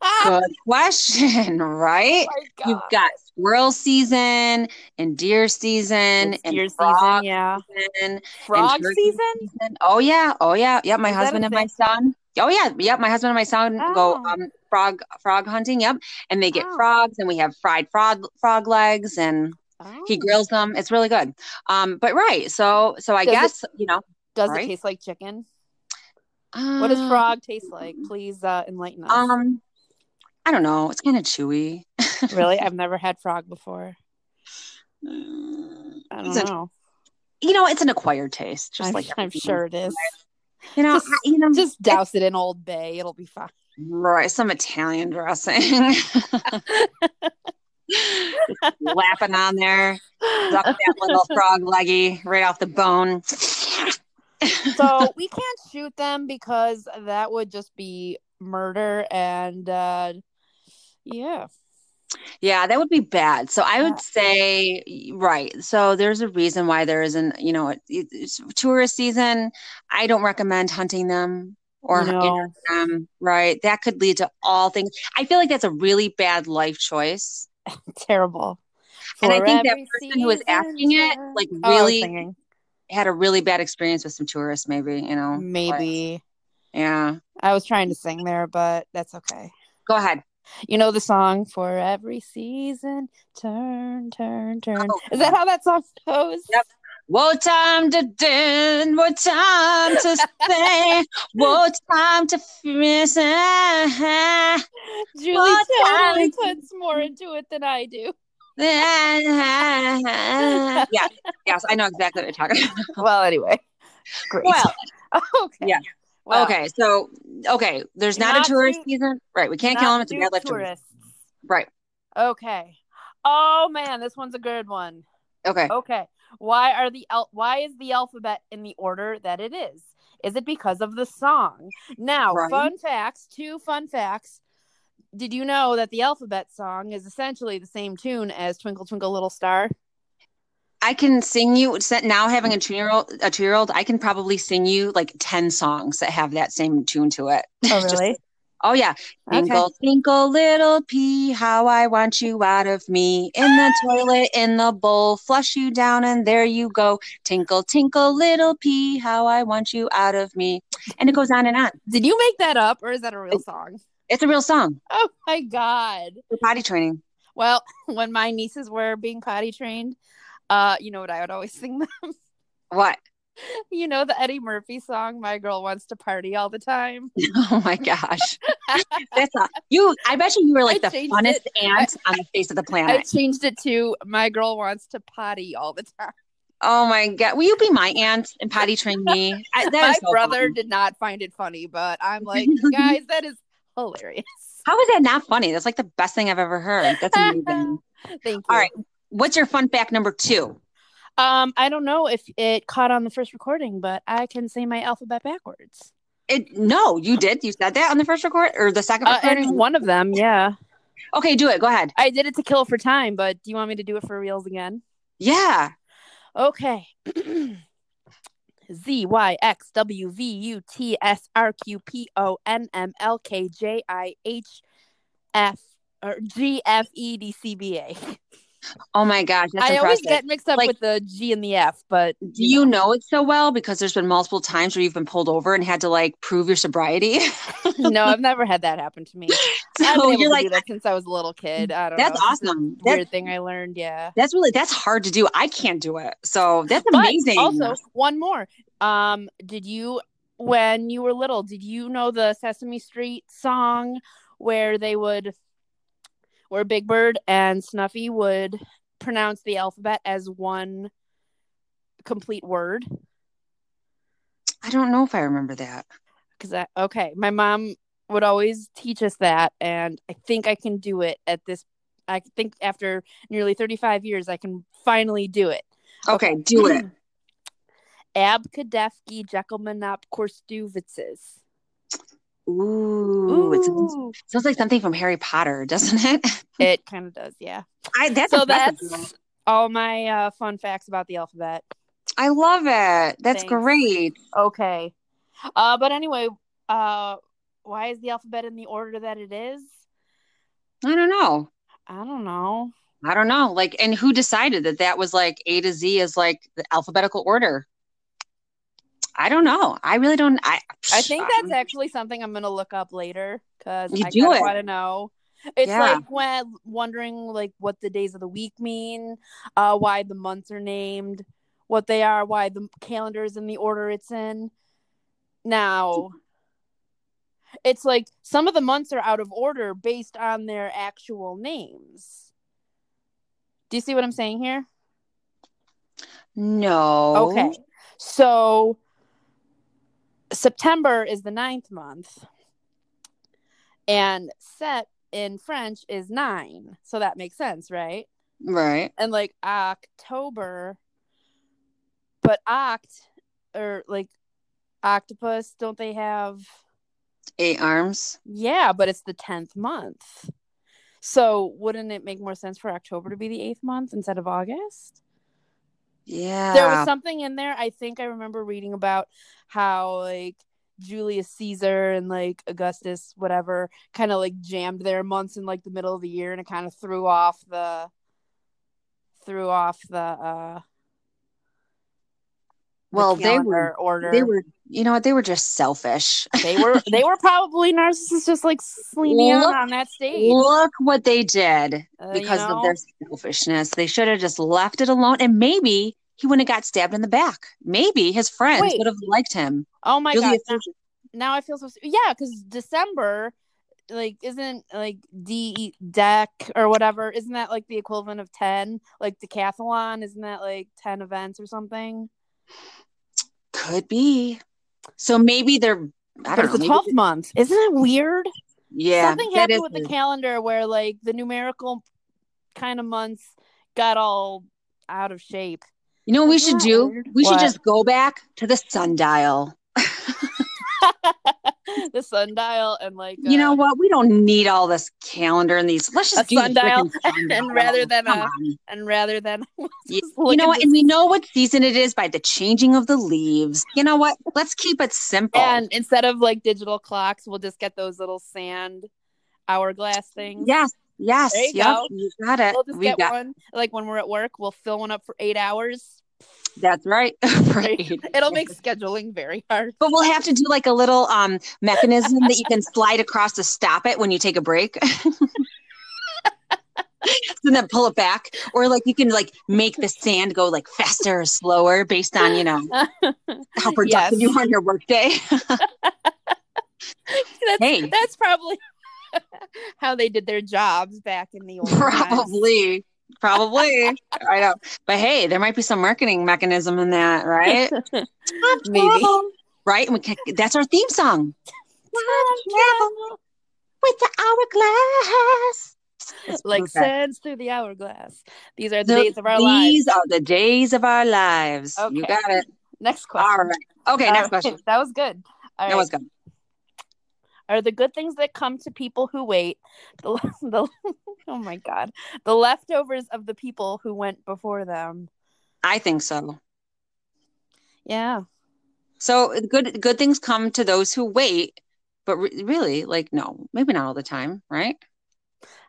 Speaker 2: Ah,
Speaker 1: Good *laughs* question,
Speaker 2: oh
Speaker 1: right?
Speaker 2: my
Speaker 1: You've
Speaker 2: God.
Speaker 1: got squirrel season and deer season
Speaker 2: It's
Speaker 1: and
Speaker 2: deer
Speaker 1: frog
Speaker 2: season, yeah.
Speaker 1: season
Speaker 2: Frog
Speaker 1: turkey
Speaker 2: season?
Speaker 1: season. Oh yeah, oh yeah, yep. My
Speaker 2: Is that a
Speaker 1: husband and my
Speaker 2: thing?
Speaker 1: son. Oh yeah, yep. My husband and my son go
Speaker 2: Oh.
Speaker 1: um frog frog hunting. Yep, and they get
Speaker 2: Wow.
Speaker 1: frogs, and we have fried frog frog legs, and he
Speaker 2: Oh.
Speaker 1: grills them. It's really good. Um, but right, so so I
Speaker 2: Does it-
Speaker 1: guess you know
Speaker 2: Does
Speaker 1: right?
Speaker 2: it taste like chicken? What does
Speaker 1: uh,
Speaker 2: frog taste like? Please uh, enlighten us.
Speaker 1: Um, *laughs* I don't know. It's kind of chewy.
Speaker 2: really? I've never had frog before.
Speaker 1: Mm,
Speaker 2: I
Speaker 1: it's
Speaker 2: don't
Speaker 1: a-
Speaker 2: know.
Speaker 1: you know, it's an acquired taste, just
Speaker 2: I'm,
Speaker 1: like
Speaker 2: I'm
Speaker 1: everything.
Speaker 2: sure
Speaker 1: *laughs*
Speaker 2: it is.
Speaker 1: You know,
Speaker 2: Just-
Speaker 1: I- you know,
Speaker 2: Just douse it in Old Bay. It'll be fine.
Speaker 1: Right, some Italian dressing. *laughs* Lapping on there. Duck that
Speaker 2: *laughs*
Speaker 1: little frog leggy right off the bone.
Speaker 2: so we can't shoot them because that would just be murder and uh yeah.
Speaker 1: *laughs* Yeah, that would be bad. So I
Speaker 2: Yeah.
Speaker 1: would say, right. So there's a reason why there isn't, you know, it- it's tourist season. I don't recommend hunting them or
Speaker 2: no.
Speaker 1: you know, them, right? That could lead to all things. I feel like that's a really bad life choice.
Speaker 2: terrible.
Speaker 1: And I think that
Speaker 2: every
Speaker 1: person who was asking it,
Speaker 2: season-
Speaker 1: like,
Speaker 2: Oh, I was
Speaker 1: really-
Speaker 2: thinking,
Speaker 1: Had a really bad experience with some tourists, maybe, you know.
Speaker 2: maybe
Speaker 1: But, yeah.
Speaker 2: I was trying to sing there, but that's okay.
Speaker 1: Go ahead.
Speaker 2: You know the song for every season, turn, turn, turn.
Speaker 1: Oh.
Speaker 2: Is that how that song goes?
Speaker 1: Yep. What time to din? What time to stay? what time to finish?
Speaker 2: Julie
Speaker 1: What
Speaker 2: totally
Speaker 1: time?
Speaker 2: puts more into it than I
Speaker 1: *laughs*
Speaker 2: do.
Speaker 1: yeah, yes, I know exactly what you're talking about.
Speaker 2: Well, anyway, great.
Speaker 1: Well,
Speaker 2: *laughs* okay.
Speaker 1: yeah.
Speaker 2: Well,
Speaker 1: okay, so okay, there's not,
Speaker 2: Not
Speaker 1: a tourist
Speaker 2: to-
Speaker 1: season, right? We can't
Speaker 2: not
Speaker 1: kill them; it's a
Speaker 2: new
Speaker 1: bad life choice.
Speaker 2: tourists.
Speaker 1: Right?
Speaker 2: Okay. Oh man, this one's a good one.
Speaker 1: Okay.
Speaker 2: Okay. Why are the el- why is the alphabet in the order that it is? Is it because of the song? Now,
Speaker 1: Right.
Speaker 2: fun facts, two fun facts. Did you know that the alphabet song is essentially the same tune as Twinkle Twinkle Little Star?
Speaker 1: I can sing you se- now. Having a two-year-old, a two-year-old, I can probably sing you like ten songs that have that same tune to it. *laughs* Just- oh yeah. Tinkle, tinkle, little pea, how I want you out of me. In the toilet, in the bowl, flush you down, and there you go. Tinkle, tinkle, little pea, how I want you out of me. And it goes on and on.
Speaker 2: Did you make that up or is that a real song? *laughs*
Speaker 1: It's a real song
Speaker 2: Oh my god.
Speaker 1: for potty training.
Speaker 2: Well, *laughs* when my nieces were being potty trained, uh, you know what I would always sing *laughs* them?
Speaker 1: What? *laughs*
Speaker 2: You know the Eddie Murphy song, My Girl Wants to Party All the Time.
Speaker 1: Oh my
Speaker 2: *laughs*
Speaker 1: gosh. That's a, you. I bet you you were like the
Speaker 2: I changed
Speaker 1: funnest
Speaker 2: *laughs*
Speaker 1: ant on the face of the
Speaker 2: I
Speaker 1: planet.
Speaker 2: changed it to My Girl Wants to Potty All the Time.
Speaker 1: oh my God. Will you be my aunt and potty train me? I, that
Speaker 2: *laughs* my
Speaker 1: is so
Speaker 2: brother
Speaker 1: fun.
Speaker 2: did not find it funny, but I'm *laughs* like, guys, that is hilarious. *laughs*
Speaker 1: How is that not funny? That's like the best thing I've ever heard. That's
Speaker 2: *laughs*
Speaker 1: amazing.
Speaker 2: Thank you.
Speaker 1: All right. What's your fun fact number two?
Speaker 2: Um, I don't know if it caught on the first recording, but I can say my alphabet backwards.
Speaker 1: It no, you did. You said that on the first record or the second
Speaker 2: Uh,
Speaker 1: recording.
Speaker 2: and one of them, yeah.
Speaker 1: okay, do it. Go ahead.
Speaker 2: I did it to kill for time, but do you want me to do it for reals again?
Speaker 1: Yeah.
Speaker 2: Okay. *clears throat* Z Y X W V U T S R Q P O N M L K J I H F or G F E D C B A.
Speaker 1: Oh my gosh, that's
Speaker 2: I always
Speaker 1: impressive.
Speaker 2: get mixed up
Speaker 1: Like-
Speaker 2: with the G and the F,
Speaker 1: *laughs*
Speaker 2: but
Speaker 1: do
Speaker 2: *laughs*
Speaker 1: you know it so well because there's been multiple times where you've been pulled over and had to like prove your sobriety. *laughs*
Speaker 2: no, I've never had that happen to me. I've been
Speaker 1: so
Speaker 2: able
Speaker 1: you're
Speaker 2: to
Speaker 1: like,
Speaker 2: do that since I was a little kid. I don't know.
Speaker 1: that's
Speaker 2: It's just a
Speaker 1: awesome. That,
Speaker 2: Weird thing I learned, yeah.
Speaker 1: that's really that's hard to do. I can't do it. So that's
Speaker 2: But
Speaker 1: amazing.
Speaker 2: also, one more. Um, did you when you were little, did you know the Sesame Street song where they would where Big Bird and Snuffy would pronounce the alphabet as one complete word?
Speaker 1: I don't know if I remember that.
Speaker 2: Cause I okay, my mom would always teach us that and I think I can do it at this I think after nearly 35 years I can finally do it.
Speaker 1: Okay, do
Speaker 2: *clears throat*
Speaker 1: it.
Speaker 2: Mm. Abkadefki Jekyllmanop Korstuvitzes.
Speaker 1: Ooh, it sounds, sounds like something from Harry Potter, doesn't it? *laughs*
Speaker 2: It kind of does, yeah.
Speaker 1: I that's
Speaker 2: so
Speaker 1: impressive.
Speaker 2: that's all my uh, fun facts about the alphabet.
Speaker 1: I love it. That's
Speaker 2: Thanks.
Speaker 1: great.
Speaker 2: Okay. Uh, but anyway, uh, why is the alphabet in the order that it is?
Speaker 1: I don't know.
Speaker 2: I don't know.
Speaker 1: I don't know. Like, and who decided that that was like A to Z is like the alphabetical order? I don't know. I really don't. I
Speaker 2: I think
Speaker 1: um,
Speaker 2: that's actually something I'm gonna look up later because
Speaker 1: You
Speaker 2: I
Speaker 1: do it.
Speaker 2: want to know. It's
Speaker 1: Yeah.
Speaker 2: like when wondering like what the days of the week mean, uh, why the months are named, what they are, why the calendar is in the order it's in. Now, it's like some of the months are out of order based on their actual names. Do you see what I'm saying here?
Speaker 1: no.
Speaker 2: Okay. So September is the ninth month. And set in French is nine. So that makes sense, right?
Speaker 1: Right.
Speaker 2: And like October, but oct or like octopus, don't they have?
Speaker 1: Eight arms.
Speaker 2: Yeah, but it's the 10th month. So wouldn't it make more sense for October to be the eighth month instead of August?
Speaker 1: Yeah.
Speaker 2: There was something in there. I think I remember reading about how like Julius Caesar and like Augustus, whatever, kind of like jammed their months in like the middle of the year, and it kind of threw off the threw off the uh
Speaker 1: well, they were
Speaker 2: calendar order.
Speaker 1: they were you know what they were just selfish.
Speaker 2: they were they were probably narcissists just like leaning
Speaker 1: Look-
Speaker 2: out on that stage
Speaker 1: Look what they did
Speaker 2: Uh, you
Speaker 1: because
Speaker 2: know?
Speaker 1: of their selfishness. They should have just left it alone, and maybe he wouldn't have got stabbed in the back. Maybe his friends
Speaker 2: Wait.
Speaker 1: would have liked him.
Speaker 2: oh my
Speaker 1: Julius
Speaker 2: god
Speaker 1: Caesar-
Speaker 2: now, now I feel so yeah because December like isn't like D deck or whatever isn't that like the equivalent of ten like decathlon isn't that like ten events or something
Speaker 1: could be. So maybe they're. I don't
Speaker 2: there's the
Speaker 1: know. maybe-
Speaker 2: twelfth month isn't that weird
Speaker 1: yeah,
Speaker 2: something
Speaker 1: that
Speaker 2: happened
Speaker 1: is
Speaker 2: with
Speaker 1: weird.
Speaker 2: the calendar where like the numerical kind of months got all out of shape *laughs*
Speaker 1: You know what we
Speaker 2: Isn't
Speaker 1: should
Speaker 2: that
Speaker 1: do?
Speaker 2: weird?
Speaker 1: We
Speaker 2: What?
Speaker 1: should just go back to the sundial.
Speaker 2: the sundial and like
Speaker 1: You
Speaker 2: uh,
Speaker 1: know what? We don't need all this calendar and these. Let's just
Speaker 2: A
Speaker 1: do the
Speaker 2: sundial.
Speaker 1: frickin' sundial.
Speaker 2: *laughs* And rather than
Speaker 1: Come
Speaker 2: a-
Speaker 1: on.
Speaker 2: and rather than
Speaker 1: Ye-
Speaker 2: *laughs*
Speaker 1: you
Speaker 2: Just look
Speaker 1: know
Speaker 2: at
Speaker 1: what?
Speaker 2: this-
Speaker 1: And we know what season it is by the changing of the leaves. You know what? Let's keep it simple.
Speaker 2: and instead of like digital clocks we'll just get those little sand hourglass things
Speaker 1: yes, yes,
Speaker 2: There you
Speaker 1: yep,
Speaker 2: go.
Speaker 1: you got it.
Speaker 2: we'll just
Speaker 1: we
Speaker 2: get
Speaker 1: got
Speaker 2: one like when we're at work we'll fill one up for eight hours *laughs*
Speaker 1: that's right. *laughs* right.
Speaker 2: it'll make scheduling very hard
Speaker 1: But we'll have to do like a little um mechanism that you can slide across to stop it when you take a break. *laughs* and then pull it back. Or like you can like make the sand go like faster or slower based on, you know,
Speaker 2: *laughs*
Speaker 1: how productive
Speaker 2: Yes.
Speaker 1: you are on your workday.
Speaker 2: *laughs* that's,
Speaker 1: Hey.
Speaker 2: that's probably *laughs* how they did their jobs back in the old times.
Speaker 1: Probably. Probably. I know. But hey, there might be some marketing mechanism in that,
Speaker 2: *laughs*
Speaker 1: right? Time
Speaker 2: Maybe.
Speaker 1: travel. Right? And we can, that's our theme song. Time travel with the hourglass. It's
Speaker 2: *laughs* *laughs* like
Speaker 1: perfect.
Speaker 2: sands through the hourglass these are the
Speaker 1: So
Speaker 2: days of our lives
Speaker 1: These are the days of our lives. You
Speaker 2: Okay.
Speaker 1: got it.
Speaker 2: next question
Speaker 1: All right. Okay,
Speaker 2: All
Speaker 1: next
Speaker 2: right.
Speaker 1: question.
Speaker 2: *laughs* that was good All
Speaker 1: That
Speaker 2: right.
Speaker 1: was good.
Speaker 2: are the good things that come to people who wait the, *laughs* the oh my god the leftovers of the people who went before them
Speaker 1: I think so.
Speaker 2: yeah
Speaker 1: So good good things come to those who wait, but re- really, like no, maybe not all the time, right?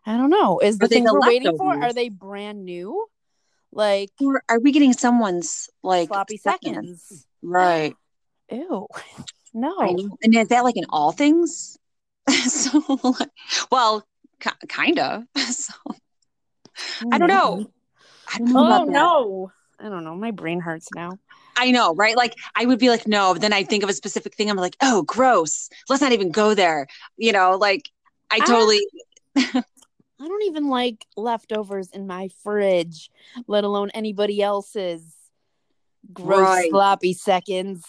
Speaker 2: i don't know is the
Speaker 1: Are they
Speaker 2: thing
Speaker 1: the
Speaker 2: we're waiting for
Speaker 1: leftovers?
Speaker 2: are they brand new like
Speaker 1: Or are we getting someone's like
Speaker 2: sloppy
Speaker 1: second?
Speaker 2: seconds Oh.
Speaker 1: Right.
Speaker 2: ew *laughs*
Speaker 1: I
Speaker 2: no
Speaker 1: know. And is that like in all things? *laughs* so like, well, ki kind of. *laughs* So I don't know. I don't know
Speaker 2: oh
Speaker 1: about that.
Speaker 2: no i don't know my brain hurts now
Speaker 1: I know, right? Like I would be like, no. But then I think of a specific thing. I'm like, oh, gross. Let's not even go there. You know, like I
Speaker 2: Ah.
Speaker 1: totally.
Speaker 2: i don't even like leftovers in my fridge let alone anybody else's gross
Speaker 1: Right.
Speaker 2: sloppy seconds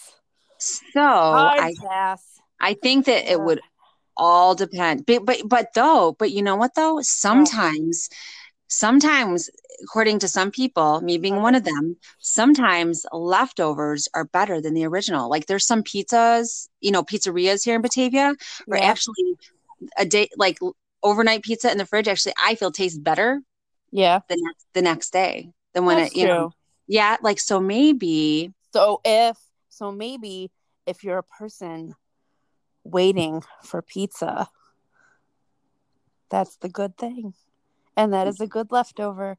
Speaker 1: So
Speaker 2: Hard
Speaker 1: I,
Speaker 2: pass.
Speaker 1: I think that
Speaker 2: Yeah.
Speaker 1: it would all depend. But, but but though, but you know what though?
Speaker 2: Oh.
Speaker 1: Sometimes, sometimes, according to some people, me being one of them, sometimes leftovers are better than the original. Like there's some pizzas, you know, pizzerias here in Batavia are
Speaker 2: Yeah.
Speaker 1: actually a day like overnight pizza in the fridge. Actually, I feel tastes better
Speaker 2: Yeah.
Speaker 1: the next the next day than when
Speaker 2: That's
Speaker 1: it you know
Speaker 2: true.
Speaker 1: yeah like so maybe
Speaker 2: So if so maybe if you're a person waiting for pizza, that's the good thing. And that is a good leftover.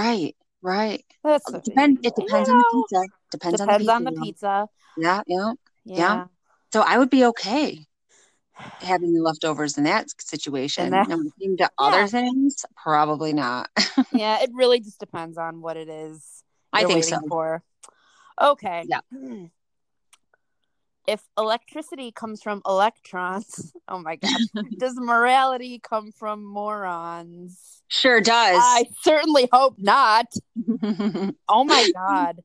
Speaker 1: right right
Speaker 2: That's
Speaker 1: it depends it depends on the pizza depends,
Speaker 2: Depends,
Speaker 1: on the pizza, yeah yeah
Speaker 2: Yeah.
Speaker 1: Yeah. so I would be okay having the leftovers in that situation
Speaker 2: And that-
Speaker 1: now when it came to
Speaker 2: *laughs* Yeah.
Speaker 1: other things probably not *laughs*
Speaker 2: Yeah, it really just depends on what it is
Speaker 1: I
Speaker 2: you're
Speaker 1: think
Speaker 2: waiting
Speaker 1: so.
Speaker 2: for. Okay. Hmm.
Speaker 1: Yeah.
Speaker 2: If electricity comes from electrons, *laughs* oh
Speaker 1: *laughs*
Speaker 2: my god, does morality come from morons?
Speaker 1: sure does
Speaker 2: I certainly hope not. Oh *laughs* my god.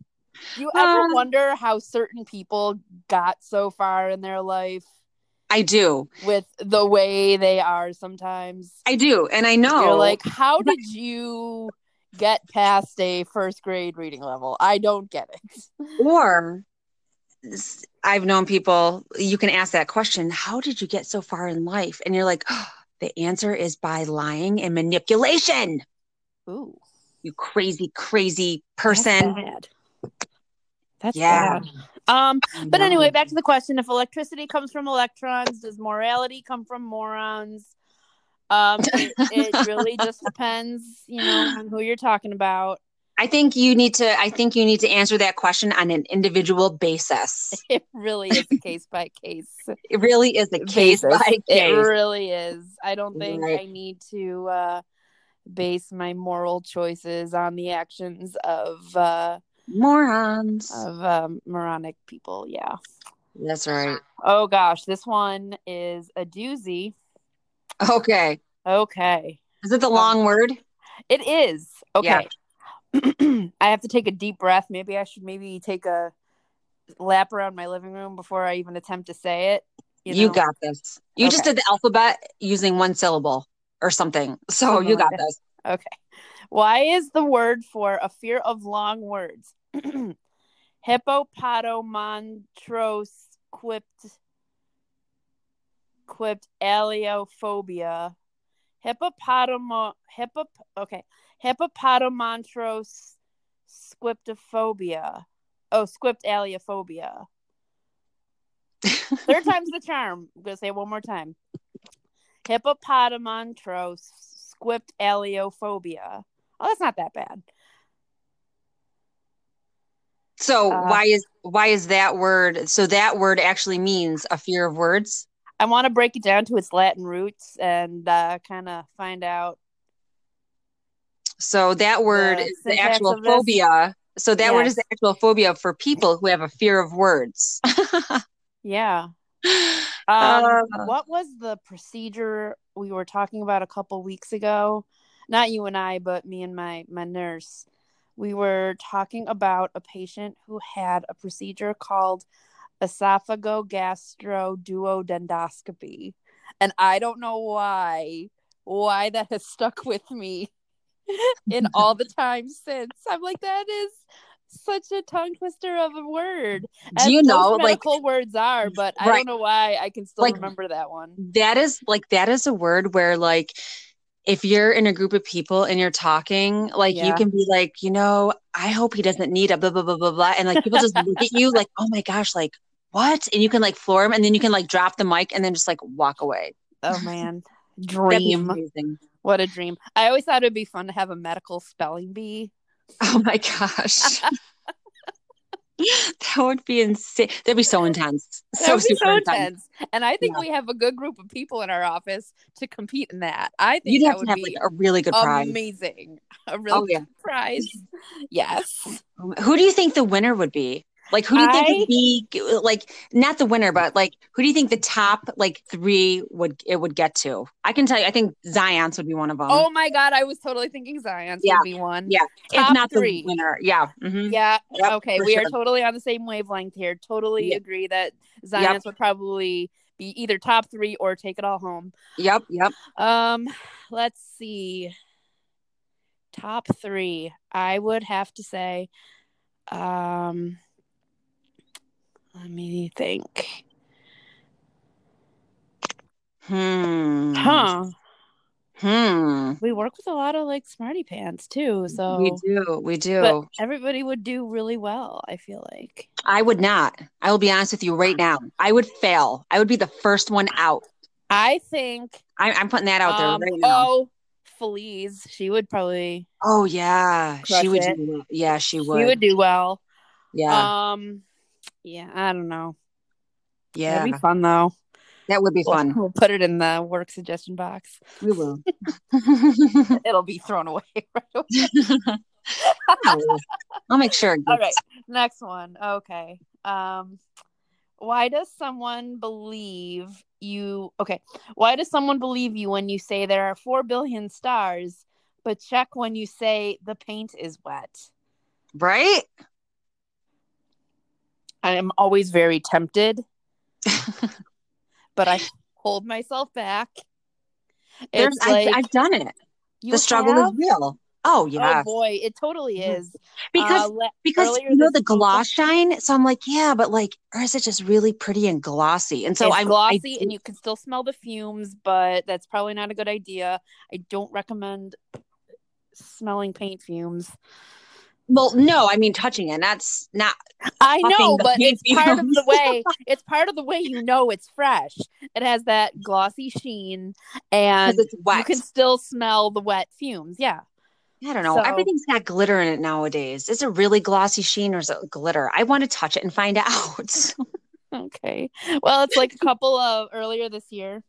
Speaker 2: Do you ever
Speaker 1: Uh.
Speaker 2: wonder how certain people got so far in their life
Speaker 1: *laughs* I do
Speaker 2: with the way they are sometimes?
Speaker 1: I do and I know
Speaker 2: You're like, how did you get past a first grade reading level? I don't get it.
Speaker 1: or s- I've known people, you can ask that question, how did you get so far in life? And you're like, "Oh, The answer is by lying and manipulation.
Speaker 2: Ooh,
Speaker 1: You crazy, crazy
Speaker 2: that's
Speaker 1: person.
Speaker 2: bad. That's
Speaker 1: Yeah.
Speaker 2: bad. Um,
Speaker 1: I
Speaker 2: but anyway,
Speaker 1: know.
Speaker 2: back to the question: If electricity comes from electrons, does morality come from morons? Um, it,
Speaker 1: *laughs*
Speaker 2: it really just depends, you know, on who you're talking about.
Speaker 1: I think you need to. I think you need to answer that question on an individual
Speaker 2: *laughs*
Speaker 1: basis.
Speaker 2: It really is case by case.
Speaker 1: It really is a case
Speaker 2: basis.
Speaker 1: by
Speaker 2: It
Speaker 1: case.
Speaker 2: really is. I don't think
Speaker 1: Right.
Speaker 2: I need to uh, base my moral choices on the actions of uh,
Speaker 1: Morons.
Speaker 2: of um, moronic people. Yeah.
Speaker 1: That's right.
Speaker 2: Oh gosh, this one is a doozy.
Speaker 1: Okay.
Speaker 2: Okay,
Speaker 1: Is it the long word?
Speaker 2: it is
Speaker 1: Yeah.
Speaker 2: okay. *clears throat* I have to take a deep breath. Maybe I should maybe take a lap around my living room before I even attempt to say it.
Speaker 1: You,
Speaker 2: know?
Speaker 1: got this. You just
Speaker 2: Okay.
Speaker 1: did the alphabet using one syllable or something. So
Speaker 2: Something
Speaker 1: you
Speaker 2: like
Speaker 1: got
Speaker 2: that.
Speaker 1: this.
Speaker 2: Okay. Why is the word for a fear of long words? *clears throat* Hippopotamontrose quipped quipped aliophobia. Hippopotamo hippop okay. Hippopotamontrose squiptophobia. Oh, squipt aliophobia. Third time's the charm. I'm gonna say it one more time. Hippopotamontrose squipt aliophobia. Oh, that's not that bad.
Speaker 1: *laughs* So
Speaker 2: Uh,
Speaker 1: why is why is that word? So that word actually means a fear of words.
Speaker 2: I want to break it down to its Latin roots and uh, kind of find out.
Speaker 1: So that word
Speaker 2: The
Speaker 1: is the
Speaker 2: syntax
Speaker 1: actual
Speaker 2: of this?
Speaker 1: phobia. So that word is the
Speaker 2: Yes.
Speaker 1: actual phobia for people who have a fear of words. *laughs*
Speaker 2: Yeah. Um,
Speaker 1: Uh,
Speaker 2: what was the procedure we were talking about a couple weeks ago? Not you and I, but me and my my nurse. We were talking about a patient who had a procedure called esophagogastroduodendoscopy, and I don't know why why that has stuck with me
Speaker 1: *laughs*
Speaker 2: in all the time since. I'm like that is such a tongue twister of a word.
Speaker 1: do you
Speaker 2: As
Speaker 1: know,
Speaker 2: most
Speaker 1: like
Speaker 2: medical words are, but I
Speaker 1: right.
Speaker 2: don't know why I can still
Speaker 1: Like-
Speaker 2: remember that one.
Speaker 1: that is like that is a word where like if you're in a group of people and you're talking, like you
Speaker 2: Yeah.
Speaker 1: can be like, you know, I hope he doesn't need a blah blah blah blah blah, and like people just look at you like, oh my gosh, like what? And you can like floor him, and then you can like drop the mic and then just like walk away.
Speaker 2: *laughs* Oh man,
Speaker 1: That'd be
Speaker 2: dream!
Speaker 1: amazing.
Speaker 2: What a dream! I always thought it would be fun to have a medical spelling bee.
Speaker 1: Oh my
Speaker 2: *laughs*
Speaker 1: gosh. that would be insane. That'd be so intense.
Speaker 2: That
Speaker 1: So
Speaker 2: would be
Speaker 1: super
Speaker 2: so
Speaker 1: intense.
Speaker 2: intense. And I think
Speaker 1: Yeah.
Speaker 2: we have a good group of people in our office to compete in that. I think
Speaker 1: You'd
Speaker 2: that
Speaker 1: have to
Speaker 2: would
Speaker 1: have like
Speaker 2: be
Speaker 1: a really good prize.
Speaker 2: amazing. A really
Speaker 1: Oh yeah. Um,
Speaker 2: good
Speaker 1: *laughs*
Speaker 2: prize. Yes.
Speaker 1: Who do you think the winner would be? Like, who do you think
Speaker 2: I-
Speaker 1: would be like not the winner, but like who do you think the top like three would it would get to? I can tell you, I think Zion's would be one of them.
Speaker 2: Oh my god, I was totally thinking Zion's
Speaker 1: Yeah.
Speaker 2: would be one.
Speaker 1: Yeah.
Speaker 2: Top
Speaker 1: if not
Speaker 2: three.
Speaker 1: the winner, yeah. Mhm.
Speaker 2: Yeah.
Speaker 1: Yep,
Speaker 2: okay.
Speaker 1: for
Speaker 2: We are
Speaker 1: sure.
Speaker 2: totally on the same wavelength here. Totally
Speaker 1: Yep.
Speaker 2: agree that Zionists would probably be either top three or take it all home.
Speaker 1: Yep, yep.
Speaker 2: Um, let's see. Top three. I would have to say, um, let me think.
Speaker 1: Hmm.
Speaker 2: Huh.
Speaker 1: Hmm.
Speaker 2: We work with a lot of like smarty pants too.
Speaker 1: we
Speaker 2: So
Speaker 1: do. We do.
Speaker 2: Oh. but everybody would do really well, I feel like.
Speaker 1: I would not. I will be honest with you right now. I would fail. I would be the first one out.
Speaker 2: I think
Speaker 1: I, I'm putting that out there
Speaker 2: um,
Speaker 1: right now. Oh,
Speaker 2: oh Feliz, she would probably
Speaker 1: yeah,
Speaker 2: Crush
Speaker 1: she would.
Speaker 2: it.
Speaker 1: Do, well. yeah, she would.
Speaker 2: She would do well.
Speaker 1: yeah,
Speaker 2: Um, yeah, I don't know.
Speaker 1: yeah.
Speaker 2: It'd be fun though.
Speaker 1: that would be
Speaker 2: We'll-
Speaker 1: fun.
Speaker 2: We'll, put it in the work suggestion box. *laughs*
Speaker 1: We will.
Speaker 2: It'll be thrown away *laughs* right away.
Speaker 1: I'll make sure. it
Speaker 2: All right,
Speaker 1: gets-
Speaker 2: next one. Okay. Um, why does someone believe you? Okay, why does someone believe you when you say there are four billion stars, but check when you say the paint is wet?
Speaker 1: Right?
Speaker 2: I am always very tempted, but I hold myself back.
Speaker 1: There's,
Speaker 2: It's like
Speaker 1: I, I've done it.
Speaker 2: you
Speaker 1: The struggle
Speaker 2: have
Speaker 1: is real. Oh yeah,
Speaker 2: Oh boy, it totally is.
Speaker 1: Mm-hmm. because
Speaker 2: Uh, le-
Speaker 1: because
Speaker 2: earlier
Speaker 1: you know the
Speaker 2: this month-
Speaker 1: gloss shine. So I'm like, yeah, but like, or is it just really pretty and glossy? And so
Speaker 2: it's
Speaker 1: I'm
Speaker 2: glossy and you can still smell the fumes, but that's probably not a good idea. I don't recommend smelling paint fumes.
Speaker 1: well, no, I mean touching it. That's not
Speaker 2: I
Speaker 1: Fucking
Speaker 2: know,
Speaker 1: the
Speaker 2: but
Speaker 1: paint
Speaker 2: it's part of
Speaker 1: fumes.
Speaker 2: the
Speaker 1: *laughs*
Speaker 2: way it's part of the way you know it's fresh. It has that glossy sheen and
Speaker 1: because it's
Speaker 2: you
Speaker 1: wet.
Speaker 2: can still smell the wet fumes. Yeah.
Speaker 1: I don't know.
Speaker 2: so-
Speaker 1: Everything's got glitter in it nowadays. Is it really glossy sheen or is it glitter? I want to touch it and find *laughs* out.
Speaker 2: *laughs* Okay. Well, it's like a couple of earlier this year.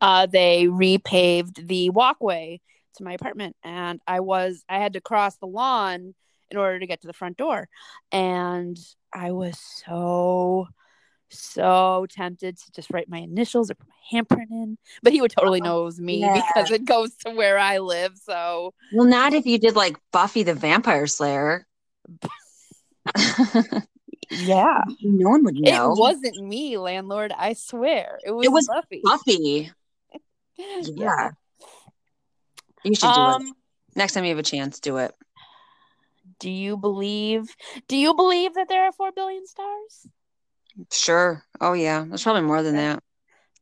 Speaker 2: Uh, they repaved the walkway to my apartment, and I was I had to cross the lawn in order to get to the front door, and I was so so tempted to just write my initials or put my handprint in, but he would *laughs* totally know it was me
Speaker 1: Yeah.
Speaker 2: because it goes to where I live. So
Speaker 1: well, not if you did like Buffy the Vampire Slayer. *laughs*
Speaker 2: yeah,
Speaker 1: no one would know.
Speaker 2: it wasn't me, landlord. I swear, it was,
Speaker 1: was
Speaker 2: Buffy.
Speaker 1: Buffy. Yeah.
Speaker 2: *laughs*
Speaker 1: You should do it.
Speaker 2: Um,
Speaker 1: Next time you have a chance, do it.
Speaker 2: do you believe do you believe that there are 4 billion stars
Speaker 1: Sure. Oh yeah. There's probably more than that.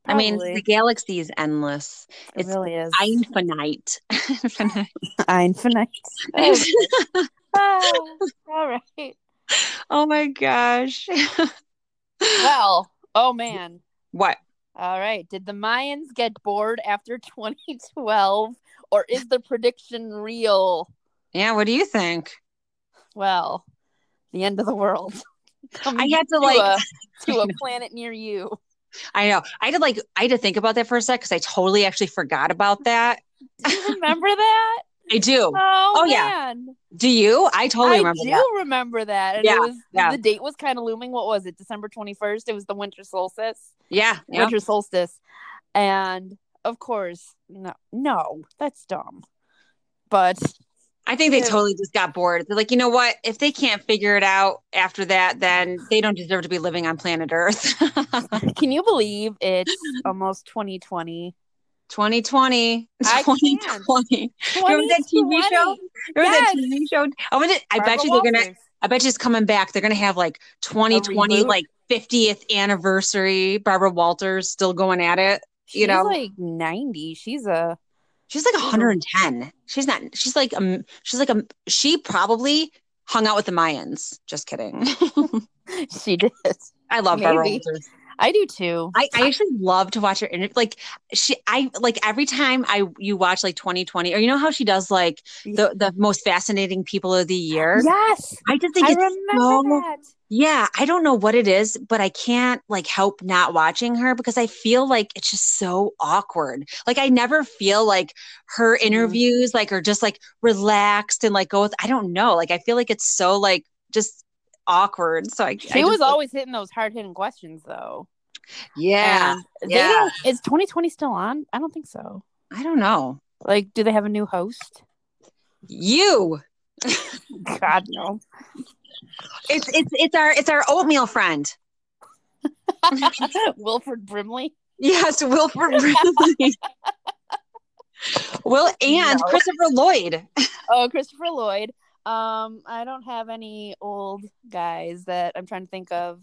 Speaker 1: I mean,
Speaker 2: Probably.
Speaker 1: the galaxy is endless.
Speaker 2: it
Speaker 1: it's
Speaker 2: really is *laughs*
Speaker 1: Infinite. Infinite.
Speaker 2: infinite oh, *laughs* ah, all right
Speaker 1: oh my gosh.
Speaker 2: well oh man
Speaker 1: what?
Speaker 2: all right did the mayans get bored after *laughs* 2012 or is the prediction real
Speaker 1: Yeah, what do you think?
Speaker 2: well the end of the world *laughs*
Speaker 1: I
Speaker 2: Coming
Speaker 1: had to
Speaker 2: to
Speaker 1: like *laughs*
Speaker 2: a, to a planet near you
Speaker 1: I know. I had to like I had to think about that for a sec because I totally actually forgot about that. *laughs*
Speaker 2: do you remember that
Speaker 1: I do.
Speaker 2: oh,
Speaker 1: Oh, yeah.
Speaker 2: man. yeah
Speaker 1: Do you? I totally
Speaker 2: I
Speaker 1: remember
Speaker 2: do
Speaker 1: that.
Speaker 2: remember that. And
Speaker 1: Yeah,
Speaker 2: it was
Speaker 1: yeah.
Speaker 2: the date was kind of looming. What was it? December 21st. It was the winter solstice.
Speaker 1: Yeah. Yeah.
Speaker 2: Winter solstice. And of course, no, no, that's dumb. But
Speaker 1: I think they
Speaker 2: Yeah.
Speaker 1: totally just got bored. They're like, you know what? If they can't figure it out after that, then they don't deserve to be living on planet Earth. *laughs*
Speaker 2: can you believe
Speaker 1: *gasps*
Speaker 2: it's almost 2020?
Speaker 1: 2020.
Speaker 2: I can't.
Speaker 1: 2020. Remember that TV show?
Speaker 2: 2020.
Speaker 1: Remember that
Speaker 2: Yes.
Speaker 1: TV show? I wonder, I
Speaker 2: Barbara
Speaker 1: bet you they're gonna
Speaker 2: Walters.
Speaker 1: I bet you it's coming back. They're gonna have like 2020,
Speaker 2: reboot?
Speaker 1: like 50th anniversary. Barbara Walters still going at it.
Speaker 2: She's
Speaker 1: know.
Speaker 2: like 90. She's a. *laughs*
Speaker 1: She's like
Speaker 2: a-
Speaker 1: 110. She's not. She's like um. She's like um. She probably hung out with the Mayans. Just kidding. *laughs*
Speaker 2: She did.
Speaker 1: I love Barbara
Speaker 2: Maybe.
Speaker 1: Walters.
Speaker 2: I do too.
Speaker 1: I, I actually love to watch her interview. Like she, I like every time I you watch like 2020 or you know how she does like the the most fascinating people of the year.
Speaker 2: Yes.
Speaker 1: I just think
Speaker 2: I
Speaker 1: it's
Speaker 2: remember
Speaker 1: so
Speaker 2: that.
Speaker 1: yeah. I don't know what it is, but I can't like help not watching her because I feel like it's just so awkward. Like I never feel like her
Speaker 2: Mm-hmm.
Speaker 1: interviews like are just like relaxed and like go with. I don't know. Like I feel like it's so like just awkward. So I
Speaker 2: She
Speaker 1: I
Speaker 2: was
Speaker 1: just-
Speaker 2: always hitting those hard hitting questions though.
Speaker 1: yeah.
Speaker 2: And
Speaker 1: yeah.
Speaker 2: They don't, is 2020 still on? I don't think so.
Speaker 1: I don't know.
Speaker 2: Like, do they have a new host?
Speaker 1: You.
Speaker 2: God
Speaker 1: *laughs*
Speaker 2: *laughs* no.
Speaker 1: It's it's it's our it's our oatmeal friend.
Speaker 2: Wilfred Brimley.
Speaker 1: Yes,
Speaker 2: *laughs*
Speaker 1: Wilford Brimley. Will and
Speaker 2: No.
Speaker 1: Christopher Lloyd.
Speaker 2: Oh, Christopher Lloyd. Um, I don't have any old guys that I'm trying to think of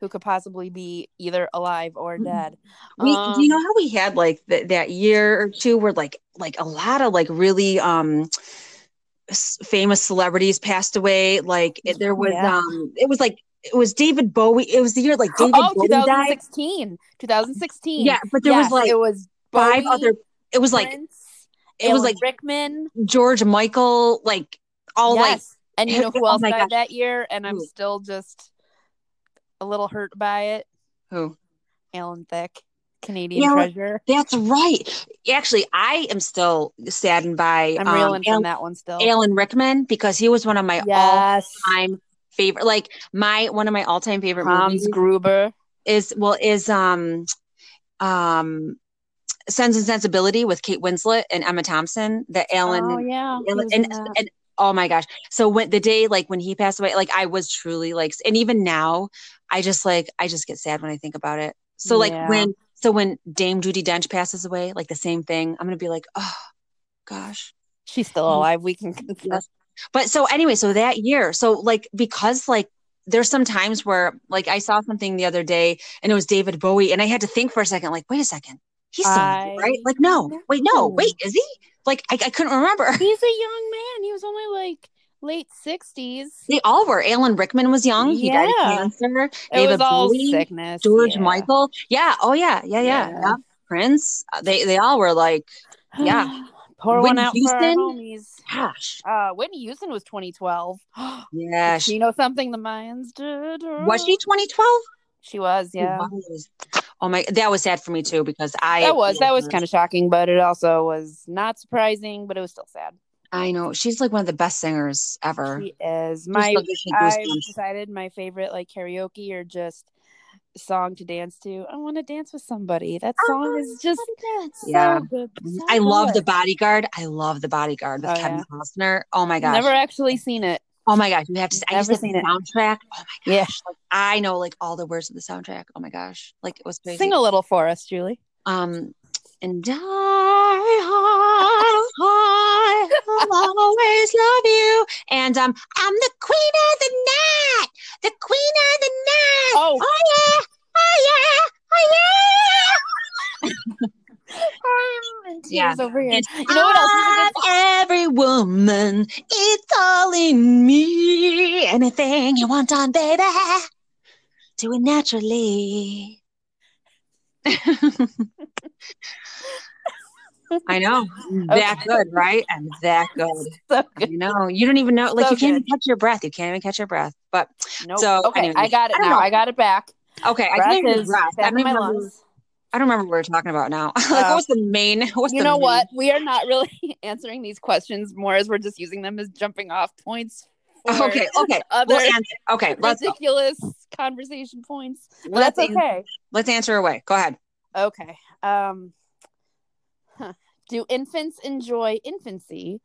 Speaker 2: who could possibly be either alive or dead.
Speaker 1: Mm-hmm. We, do you know
Speaker 2: Um,
Speaker 1: how we had like th- that year or two where like like a lot of like really um s- famous celebrities passed away. Like it, there was
Speaker 2: Yeah.
Speaker 1: um it was like it was David Bowie. It was the year like David
Speaker 2: Oh,
Speaker 1: Bowie died.
Speaker 2: 2016. 2016.
Speaker 1: Yeah, but there
Speaker 2: Yes,
Speaker 1: was like
Speaker 2: it was
Speaker 1: five
Speaker 2: Bowie,
Speaker 1: other. It was like
Speaker 2: Prince,
Speaker 1: it was
Speaker 2: Alan
Speaker 1: like
Speaker 2: Rickman.
Speaker 1: George Michael. Like all like
Speaker 2: yes.
Speaker 1: *laughs*
Speaker 2: and you know who
Speaker 1: Oh
Speaker 2: else
Speaker 1: my
Speaker 2: died
Speaker 1: gosh.
Speaker 2: that year? And I'm
Speaker 1: Who?
Speaker 2: still just a little hurt by it.
Speaker 1: who
Speaker 2: Alan Thick, Canadian
Speaker 1: Yeah, like-
Speaker 2: Treasure.
Speaker 1: That's right. Actually, I am still saddened by
Speaker 2: I'm
Speaker 1: um,
Speaker 2: reeling
Speaker 1: Al-
Speaker 2: from that one still.
Speaker 1: Alan Rickman because he was one of my
Speaker 2: yes,
Speaker 1: all-time favorite. Like my one of my all-time favorite
Speaker 2: Hans
Speaker 1: movies
Speaker 2: Gruber.
Speaker 1: is well is um um Sense and Sensibility with Kate Winslet and Emma Thompson. That Alan
Speaker 2: oh yeah, he
Speaker 1: Alan-
Speaker 2: was in
Speaker 1: and
Speaker 2: that.
Speaker 1: and oh my gosh. So when the day like when he passed away, like I was truly like, and even now, I just like I just get sad when I think about it. So like
Speaker 2: Yeah.
Speaker 1: when so when Dame Judy Dench passes away, like the same thing, I'm gonna be like, oh gosh,
Speaker 2: She's still alive. We can confess.
Speaker 1: But so anyway, so that year, so like because like there's some times where like I saw something the other day and it was David Bowie and I had to think for a second, like, wait a second, he's still alive,
Speaker 2: I
Speaker 1: right? Like, no,
Speaker 2: know.
Speaker 1: wait, no, wait, is he? Like I, I couldn't remember. *laughs*
Speaker 2: He's a young man. He was only like late sixties.
Speaker 1: They all were. Alan Rickman was young. He died
Speaker 2: Yeah.
Speaker 1: of cancer.
Speaker 2: It was
Speaker 1: David
Speaker 2: all
Speaker 1: Bowie,
Speaker 2: sickness.
Speaker 1: George
Speaker 2: yeah.
Speaker 1: Michael. Yeah. Oh yeah. Yeah. Yeah.
Speaker 2: Yeah.
Speaker 1: yeah. Prince. Uh, They they all were like,
Speaker 2: *sighs*
Speaker 1: Yeah.
Speaker 2: Pour one
Speaker 1: Whitney
Speaker 2: out for our
Speaker 1: Houston?
Speaker 2: homies.
Speaker 1: gosh.
Speaker 2: Uh, Whitney Houston
Speaker 1: *gasps*
Speaker 2: was *gasps* 2012.
Speaker 1: Yeah. She,
Speaker 2: you know something the Mayans did?
Speaker 1: Uh, was she 2012?
Speaker 2: She was, yeah.
Speaker 1: was. Oh my, that was sad for me too because I
Speaker 2: That was that was kind of shocking, but it also was not surprising, but it was still sad.
Speaker 1: I know she's like one of the best singers ever.
Speaker 2: She is
Speaker 1: Just
Speaker 2: my.
Speaker 1: like gives me
Speaker 2: I've
Speaker 1: goosebumps.
Speaker 2: decided my favorite like karaoke or just song to dance to. I want to dance with somebody. That song
Speaker 1: Oh,
Speaker 2: is just so
Speaker 1: Yeah.
Speaker 2: good. so
Speaker 1: Mm-hmm. I love the
Speaker 2: good.
Speaker 1: bodyguard. I love the bodyguard with
Speaker 2: Oh,
Speaker 1: Kevin
Speaker 2: yeah.
Speaker 1: Costner. Oh my gosh.
Speaker 2: Never actually seen it.
Speaker 1: oh my gosh. You have to. I just
Speaker 2: Never
Speaker 1: have the
Speaker 2: seen it.
Speaker 1: soundtrack. Oh my
Speaker 2: Yeah.
Speaker 1: gosh. Like, I know like all the words of the soundtrack. Oh my gosh. Like it was crazy.
Speaker 2: Sing a little for us, Julie.
Speaker 1: um and I, I, will always love you. And um, I'm the queen of the night, the queen of the night.
Speaker 2: Oh.
Speaker 1: yeah, oh yeah, oh
Speaker 2: I'm in
Speaker 1: Yeah.
Speaker 2: tears over here.
Speaker 1: It's
Speaker 2: You know what else is a good
Speaker 1: Of every woman, it's all in me. Anything you want on, baby, do it naturally. I know. That good, right? I'm that good.
Speaker 2: *laughs* So
Speaker 1: I
Speaker 2: good.
Speaker 1: know. You don't even know. Like,
Speaker 2: So
Speaker 1: you can't even
Speaker 2: good.
Speaker 1: catch your breath. You can't even catch your breath. But
Speaker 2: Nope.
Speaker 1: So,
Speaker 2: okay,
Speaker 1: anyway,
Speaker 2: I got it
Speaker 1: I don't
Speaker 2: now.
Speaker 1: know.
Speaker 2: I got it back.
Speaker 1: okay, I
Speaker 2: Breath
Speaker 1: can't even
Speaker 2: is
Speaker 1: breath. I
Speaker 2: back
Speaker 1: don't,
Speaker 2: in my
Speaker 1: even remember,
Speaker 2: lungs.
Speaker 1: I don't remember what we're talking about now. *laughs* like,
Speaker 2: Oh.
Speaker 1: what was the main? What's
Speaker 2: you
Speaker 1: the
Speaker 2: know
Speaker 1: main-
Speaker 2: what? We are not really *laughs* answering these questions more as we're just using them as jumping off points. For
Speaker 1: *laughs* Okay, okay.
Speaker 2: *laughs* Other
Speaker 1: We'll answer. Okay, let's go.
Speaker 2: ridiculous conversation points. But
Speaker 1: Let's
Speaker 2: that's
Speaker 1: answer.
Speaker 2: okay.
Speaker 1: Let's answer away. Go ahead.
Speaker 2: Okay. Um, huh. Do infants enjoy infancy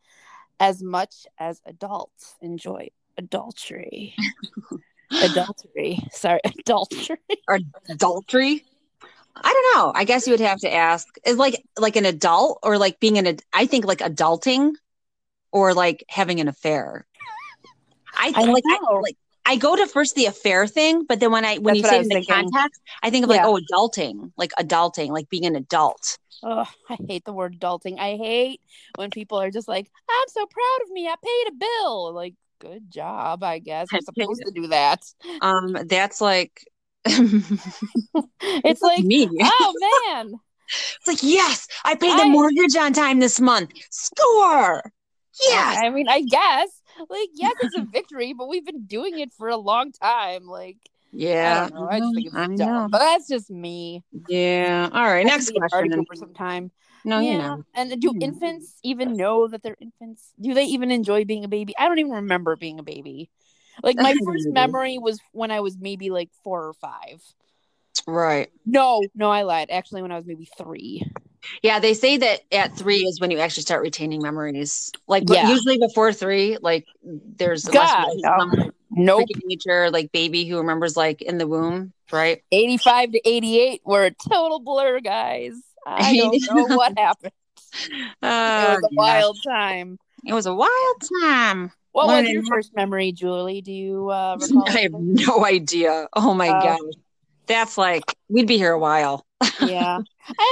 Speaker 2: as much as adults enjoy
Speaker 1: *laughs*
Speaker 2: adultery? adultery. Sorry, *laughs* adultery.
Speaker 1: or adultery? I don't know. I guess you would have to ask. Is like like an adult or like being an ad- I think like adulting or like having an affair. I
Speaker 2: I
Speaker 1: think like, I,
Speaker 2: know.
Speaker 1: like I go to first the affair thing, but then when I when
Speaker 2: That's
Speaker 1: you
Speaker 2: what
Speaker 1: say
Speaker 2: I
Speaker 1: it in
Speaker 2: was
Speaker 1: the
Speaker 2: thinking.
Speaker 1: context, I think of
Speaker 2: Yeah.
Speaker 1: like oh adulting, like adulting, like being an adult.
Speaker 2: Oh, I hate the word adulting. I hate when people are just like, I'm so proud of me. I paid a bill. Like, good job, I guess.
Speaker 1: I
Speaker 2: We're
Speaker 1: paid
Speaker 2: supposed to
Speaker 1: *laughs*
Speaker 2: do that.
Speaker 1: Um, that's like *laughs* it's
Speaker 2: It's like,
Speaker 1: me.
Speaker 2: *laughs* oh
Speaker 1: *laughs*
Speaker 2: man,
Speaker 1: It's like yes, I paid
Speaker 2: I-
Speaker 1: the mortgage on time this month. Score. Yes.
Speaker 2: I, I mean, I guess, like, yes, it's a victory, but we've been doing it for a long time. Like,
Speaker 1: yeah.
Speaker 2: I don't know. I just think it's
Speaker 1: I
Speaker 2: dumb.
Speaker 1: know.
Speaker 2: But that's just me.
Speaker 1: Yeah. All right.
Speaker 2: I
Speaker 1: Next
Speaker 2: could be a party
Speaker 1: question.
Speaker 2: pooper sometime.
Speaker 1: No,
Speaker 2: yeah.
Speaker 1: you know. Hmm.
Speaker 2: And do
Speaker 1: You know.
Speaker 2: infants even know that they're infants? Do they even enjoy being a baby? I don't even remember being a baby. Like my first
Speaker 1: Maybe.
Speaker 2: memory was when I was maybe like four or five.
Speaker 1: Right.
Speaker 2: No, no, I lied. Actually, when I was maybe three.
Speaker 1: Yeah. They say that at three is when you actually start retaining memories. Like but
Speaker 2: Yeah.
Speaker 1: usually before three, like there's
Speaker 2: God,
Speaker 1: unless
Speaker 2: no.
Speaker 1: you're, like, some
Speaker 2: Nope.
Speaker 1: freaking nature, like baby who remembers like in the womb, right?
Speaker 2: 85 to 88 were a total blur, guys.
Speaker 1: *laughs*
Speaker 2: I don't know what happened.
Speaker 1: Uh,
Speaker 2: It was a
Speaker 1: Oh, yeah.
Speaker 2: wild time.
Speaker 1: It was a wild time.
Speaker 2: What was
Speaker 1: Learning
Speaker 2: your
Speaker 1: how-
Speaker 2: first memory, Julie? Do you uh, recall?
Speaker 1: *laughs* I have
Speaker 2: anything?
Speaker 1: no idea. Oh my
Speaker 2: Oh.
Speaker 1: gosh. That's like we'd be here a while.
Speaker 2: yeah i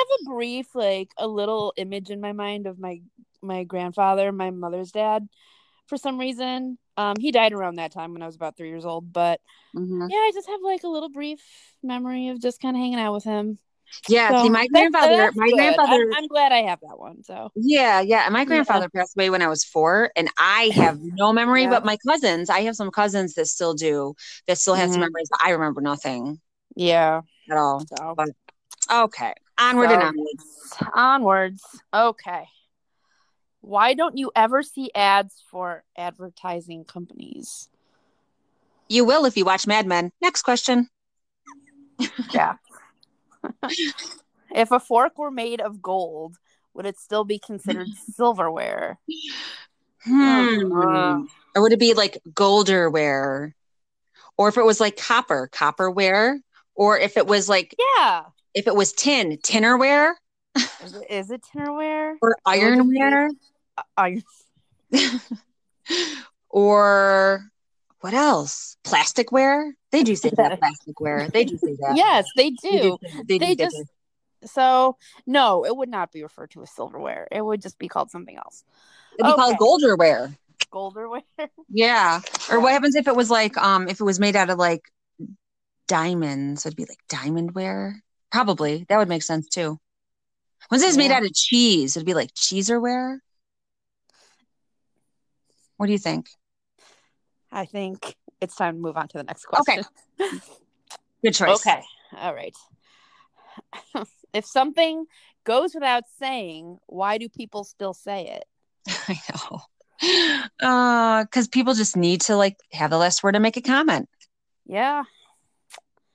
Speaker 2: have a brief like a little image in my mind of my my grandfather my mother's dad for some reason um he died around that time when i was about three years old but
Speaker 1: Mm-hmm. Mm.
Speaker 2: yeah i just have like a little brief memory of just kind of hanging out with him
Speaker 1: Yeah.
Speaker 2: So,
Speaker 1: see, my
Speaker 2: that's-
Speaker 1: grandfather,
Speaker 2: that's
Speaker 1: my
Speaker 2: good.
Speaker 1: grandfather
Speaker 2: I'm, I'm glad i have that one so
Speaker 1: Yeah, yeah. And My
Speaker 2: Yeah.
Speaker 1: grandfather passed away when I was four, and I have no memory,
Speaker 2: Yeah.
Speaker 1: but my cousins, I have some cousins that still do, that still have some
Speaker 2: Mhm.
Speaker 1: memories. But I remember nothing
Speaker 2: yeah
Speaker 1: at all.
Speaker 2: so
Speaker 1: Okay. Onward and
Speaker 2: So,
Speaker 1: onward.
Speaker 2: onwards okay why don't you ever see ads for advertising companies
Speaker 1: You will if you watch Mad Men. Next question.
Speaker 2: Yeah. if a fork were made of gold, would it still be considered silverware?
Speaker 1: Hmm.
Speaker 2: Uh,
Speaker 1: Or would it be like golderware? Or if it was like copper, copperware? Or if it was like,
Speaker 2: yeah.
Speaker 1: if it was tin, tinnerware
Speaker 2: Is it, is it tinnerware?
Speaker 1: or
Speaker 2: It would just be-
Speaker 1: ironware?
Speaker 2: I,
Speaker 1: or what else? Plasticware? They do say
Speaker 2: *laughs*
Speaker 1: that plasticware. They do say that.
Speaker 2: yes, they
Speaker 1: They
Speaker 2: do.
Speaker 1: say that. They, do
Speaker 2: They
Speaker 1: say
Speaker 2: just
Speaker 1: that.
Speaker 2: so no, it would not be referred to as silverware. It would just be called something else.
Speaker 1: It'd be
Speaker 2: okay.
Speaker 1: called golderware.
Speaker 2: Golderware.
Speaker 1: Yeah. Or what
Speaker 2: Yeah.
Speaker 1: happens if it was like um if it was made out of like diamonds? It'd be like diamondware. Probably. That would make sense too. Once it's made
Speaker 2: Yeah.
Speaker 1: out of cheese, it'd be like cheeserware. What do you think?
Speaker 2: I think it's time to move on to the next
Speaker 1: Okay.
Speaker 2: question.
Speaker 1: Good choice.
Speaker 2: Okay. All right. *laughs* if something goes without saying, why do people still say it?
Speaker 1: *laughs* I know. Uh, because people just need to like have the last word to make a comment.
Speaker 2: Yeah,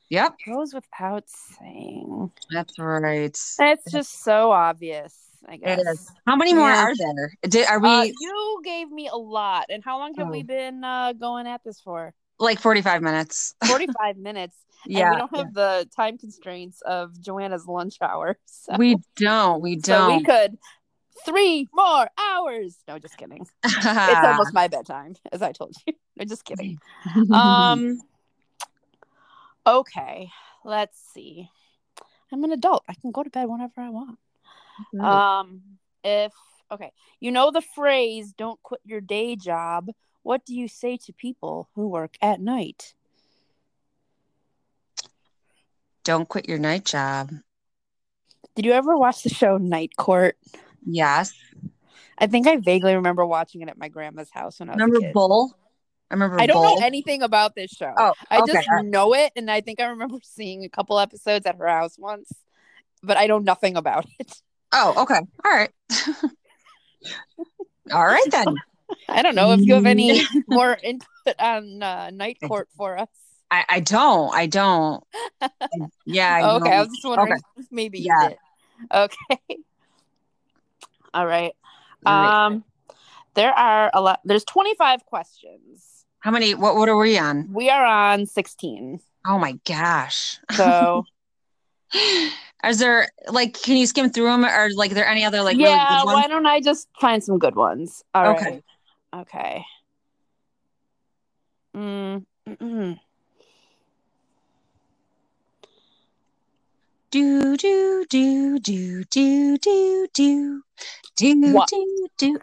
Speaker 1: Yep.
Speaker 2: goes without saying.
Speaker 1: That's right.
Speaker 2: That's just so obvious, I guess.
Speaker 1: It is. How many more
Speaker 2: Yeah.
Speaker 1: are there? Did, are we
Speaker 2: Uh, you gave me a lot. And how long have
Speaker 1: Oh.
Speaker 2: we been uh, going at this for?
Speaker 1: *laughs* like 45 minutes?
Speaker 2: 45 minutes.
Speaker 1: Yeah.
Speaker 2: And we don't have the time constraints of Joanna's lunch hour. *laughs* So
Speaker 1: We don't. We
Speaker 2: so we
Speaker 1: don't.
Speaker 2: could three more hours. No, just kidding.
Speaker 1: Ah.
Speaker 2: it's
Speaker 1: *laughs*
Speaker 2: almost *laughs* my bedtime, as I told you. *laughs* I'm just kidding.
Speaker 1: *laughs*
Speaker 2: Um, okay, let's see. I'm an adult. I can go to bed whenever I want. Um, if okay, you know the phrase "don't quit your day job." What do you say to people who work at night?
Speaker 1: don't quit your night job.
Speaker 2: Did you ever watch the show Night Court?
Speaker 1: Yes.
Speaker 2: I think I vaguely remember watching it at my grandma's house when I was a
Speaker 1: Remember
Speaker 2: kid.
Speaker 1: Bull? I remember
Speaker 2: I don't
Speaker 1: Bull.
Speaker 2: know anything about this show.
Speaker 1: oh,
Speaker 2: I
Speaker 1: okay.
Speaker 2: just know it, and I think I remember *laughs* seeing a couple episodes at her house once, but I know nothing about *laughs* it.
Speaker 1: Oh, okay. All right. *laughs* All right then.
Speaker 2: I don't know if you have any
Speaker 1: Mm.
Speaker 2: more input on uh, Night
Speaker 1: I
Speaker 2: Court for us.
Speaker 1: I, I don't. I
Speaker 2: *laughs*
Speaker 1: don't. Yeah. I
Speaker 2: Oh, okay, I was just wondering
Speaker 1: Okay.
Speaker 2: if maybe
Speaker 1: Yeah.
Speaker 2: you did. *laughs* Okay. All right.
Speaker 1: All right.
Speaker 2: Um, there are a lot. There's 25 questions.
Speaker 1: How many? What? What are we on?
Speaker 2: We are on 16.
Speaker 1: Oh my gosh.
Speaker 2: So
Speaker 1: Is there like? Can you skim through them? Or like, are there any other *laughs* like
Speaker 2: yeah,
Speaker 1: really good
Speaker 2: why
Speaker 1: ones?
Speaker 2: don't I just find some good ones? All right.
Speaker 1: Okay.
Speaker 2: Okay. Mm, mm-mm.
Speaker 1: Do do do do do do do do
Speaker 2: What?
Speaker 1: do do.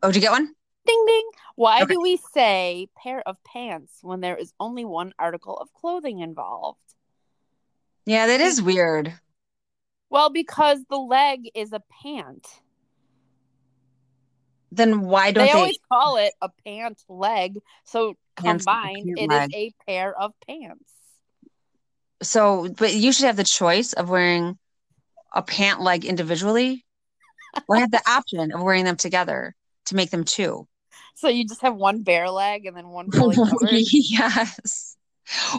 Speaker 1: Oh, did you get one?
Speaker 2: Ding ding. Why
Speaker 1: Okay.
Speaker 2: do we say pair of pants when there is only one article of clothing involved?
Speaker 1: Yeah, that
Speaker 2: Mm-hmm.
Speaker 1: is weird.
Speaker 2: Well, because the leg is a pant.
Speaker 1: Then why don't
Speaker 2: they,
Speaker 1: they?
Speaker 2: always call it a pant leg. So
Speaker 1: Pants with a
Speaker 2: combined,
Speaker 1: pant
Speaker 2: it is
Speaker 1: leg.
Speaker 2: a pair of pants.
Speaker 1: So, but you should have the choice of wearing a pant leg individually, or have the option of wearing them together to make them two.
Speaker 2: So you just have one bare leg and then
Speaker 1: *laughs*
Speaker 2: one fully covered.
Speaker 1: yes.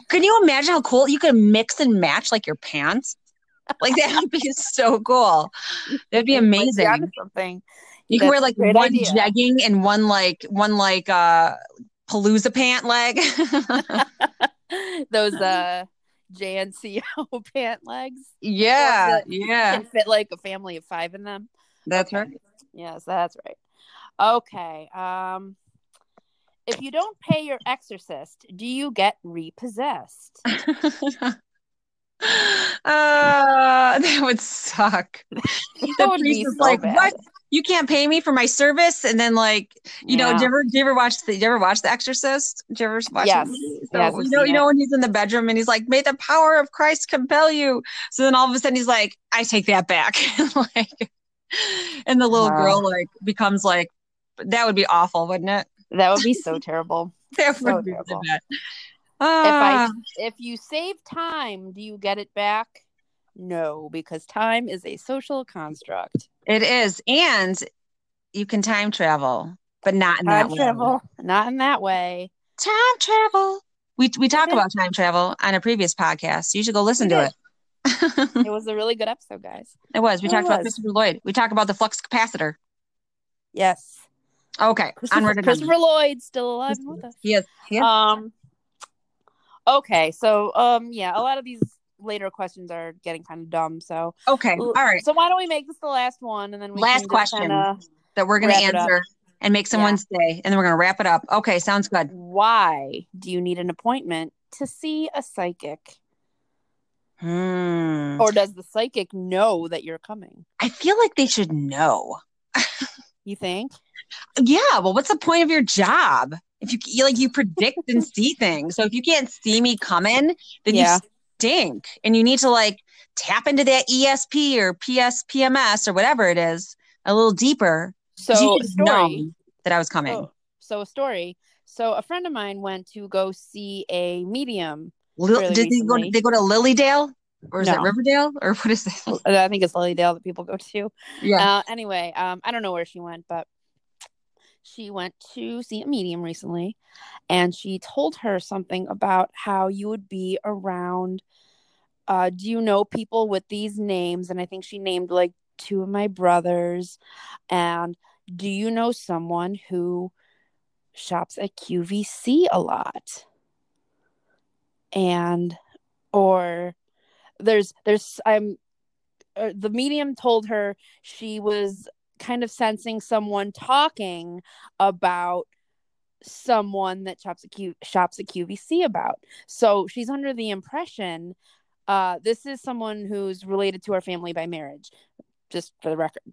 Speaker 1: Can you imagine how cool you could mix and match like your pants? Like that would *laughs* be so cool. That'd be
Speaker 2: You might be onto
Speaker 1: amazing.
Speaker 2: Something.
Speaker 1: You can
Speaker 2: That's
Speaker 1: wear
Speaker 2: a
Speaker 1: like
Speaker 2: great
Speaker 1: one
Speaker 2: idea.
Speaker 1: jegging and one like one like uh palooza pant leg. *laughs*
Speaker 2: Those uh JNCO *laughs* pant legs
Speaker 1: yeah,
Speaker 2: that-
Speaker 1: yeah.
Speaker 2: can fit like a family of five in them.
Speaker 1: That's *laughs*
Speaker 2: Okay.
Speaker 1: right.
Speaker 2: Yes, that's right. Okay. Um if you don't pay your exorcist, do you get repossessed?
Speaker 1: *laughs* uh, that would suck.
Speaker 2: That would be
Speaker 1: priest is
Speaker 2: so
Speaker 1: like,
Speaker 2: bad.
Speaker 1: "What? You can't pay me for my service, and then like you know,
Speaker 2: Yeah.
Speaker 1: do you ever do you ever watch the do you ever watch The Exorcist? Do you ever watch
Speaker 2: Yes.
Speaker 1: that movie? So
Speaker 2: Yes, I've
Speaker 1: you know,
Speaker 2: seen
Speaker 1: you
Speaker 2: it.
Speaker 1: know when he's in the bedroom and he's like, May the power of Christ compel you. So then all of a sudden he's like, I take that back. *laughs* like and the little
Speaker 2: Wow.
Speaker 1: girl like becomes like that would be awful, wouldn't it? *laughs*
Speaker 2: That would be so terrible.
Speaker 1: That
Speaker 2: So
Speaker 1: would be so
Speaker 2: terrible.
Speaker 1: bad.
Speaker 2: I-
Speaker 1: Ah,
Speaker 2: If you save time, do you get it back? No, because time is a social construct.
Speaker 1: it is. And you can time travel, but not in that
Speaker 2: Time
Speaker 1: way.
Speaker 2: travel, not in that way.
Speaker 1: Time travel. We we talk
Speaker 2: Okay.
Speaker 1: about time travel on a previous podcast. You should go listen
Speaker 2: We
Speaker 1: to it.
Speaker 2: It was a really good episode, guys.
Speaker 1: *laughs* It was. We
Speaker 2: It
Speaker 1: talked about
Speaker 2: was.
Speaker 1: Christopher Lloyd. We talked about the flux capacitor.
Speaker 2: Yes.
Speaker 1: Okay. Onward
Speaker 2: Christopher,
Speaker 1: and onward.
Speaker 2: Christopher Lloyd still alive and with us.
Speaker 1: Yes. Yes.
Speaker 2: Um. Okay, so um, yeah, a lot of these later questions are getting kind of dumb. So,
Speaker 1: okay. All right.
Speaker 2: so why don't we make this the last one, and then we
Speaker 1: Last
Speaker 2: can just
Speaker 1: question.
Speaker 2: kinda-
Speaker 1: that we're going to
Speaker 2: Wrap it up.
Speaker 1: answer and make someone stay, and then we're going to wrap it up. Okay, sounds good.
Speaker 2: Why do you need an appointment to see a psychic?
Speaker 1: Hmm.
Speaker 2: Or does the psychic know that you're coming?
Speaker 1: I feel like they should know.
Speaker 2: You think?
Speaker 1: Yeah, well, what's the point of your job if you, you like you predict
Speaker 2: *laughs*
Speaker 1: and see things? So if you can't see me coming, then
Speaker 2: Yeah.
Speaker 1: you stink, and you need to like tap into that ESP or PS PMS or whatever it is a little deeper. 'Cause
Speaker 2: So,
Speaker 1: you just
Speaker 2: story. Oh,
Speaker 1: know that I was coming.
Speaker 2: So, so a story. So, a friend of mine went to go see a medium.
Speaker 1: Lil-
Speaker 2: fairly
Speaker 1: did they go?
Speaker 2: recently.
Speaker 1: They go to Lilydale, or is it
Speaker 2: No.
Speaker 1: Riverdale, or what is this? *laughs*
Speaker 2: Uh, I think it's Lilydale that people go to.
Speaker 1: Yeah.
Speaker 2: Uh, anyway, um, I don't know where she went, but she went to see a medium recently, and she told her something about how you would be around. Uh, do you know people with these names? And I think she named like two of my brothers. And do you know someone who shops at QVC a lot? And or there's there's I'm uh, the medium told her she was kind of sensing someone talking about someone that shops at Q shops at QVC about. So she's under the impression uh, this is someone who's related to our family by marriage, just for the record.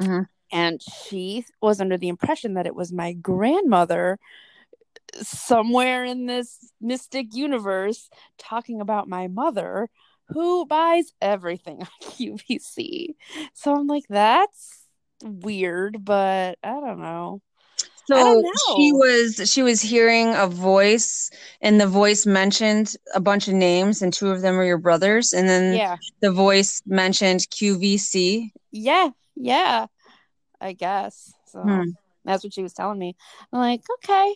Speaker 1: Mhm.
Speaker 2: And she was under the impression that it was my grandmother somewhere in this mystic universe talking about my mother who buys everything on *laughs* QVC. So I'm like, that's weird, but I don't know. I
Speaker 1: So
Speaker 2: don't know.
Speaker 1: she was she was hearing a voice, and the voice mentioned a bunch of names, and two of them were your brothers, and then
Speaker 2: Yeah.
Speaker 1: the voice mentioned QVC.
Speaker 2: Yeah. Yeah. I guess. So
Speaker 1: Hmm.
Speaker 2: that's what she was telling me. I'm like, okay.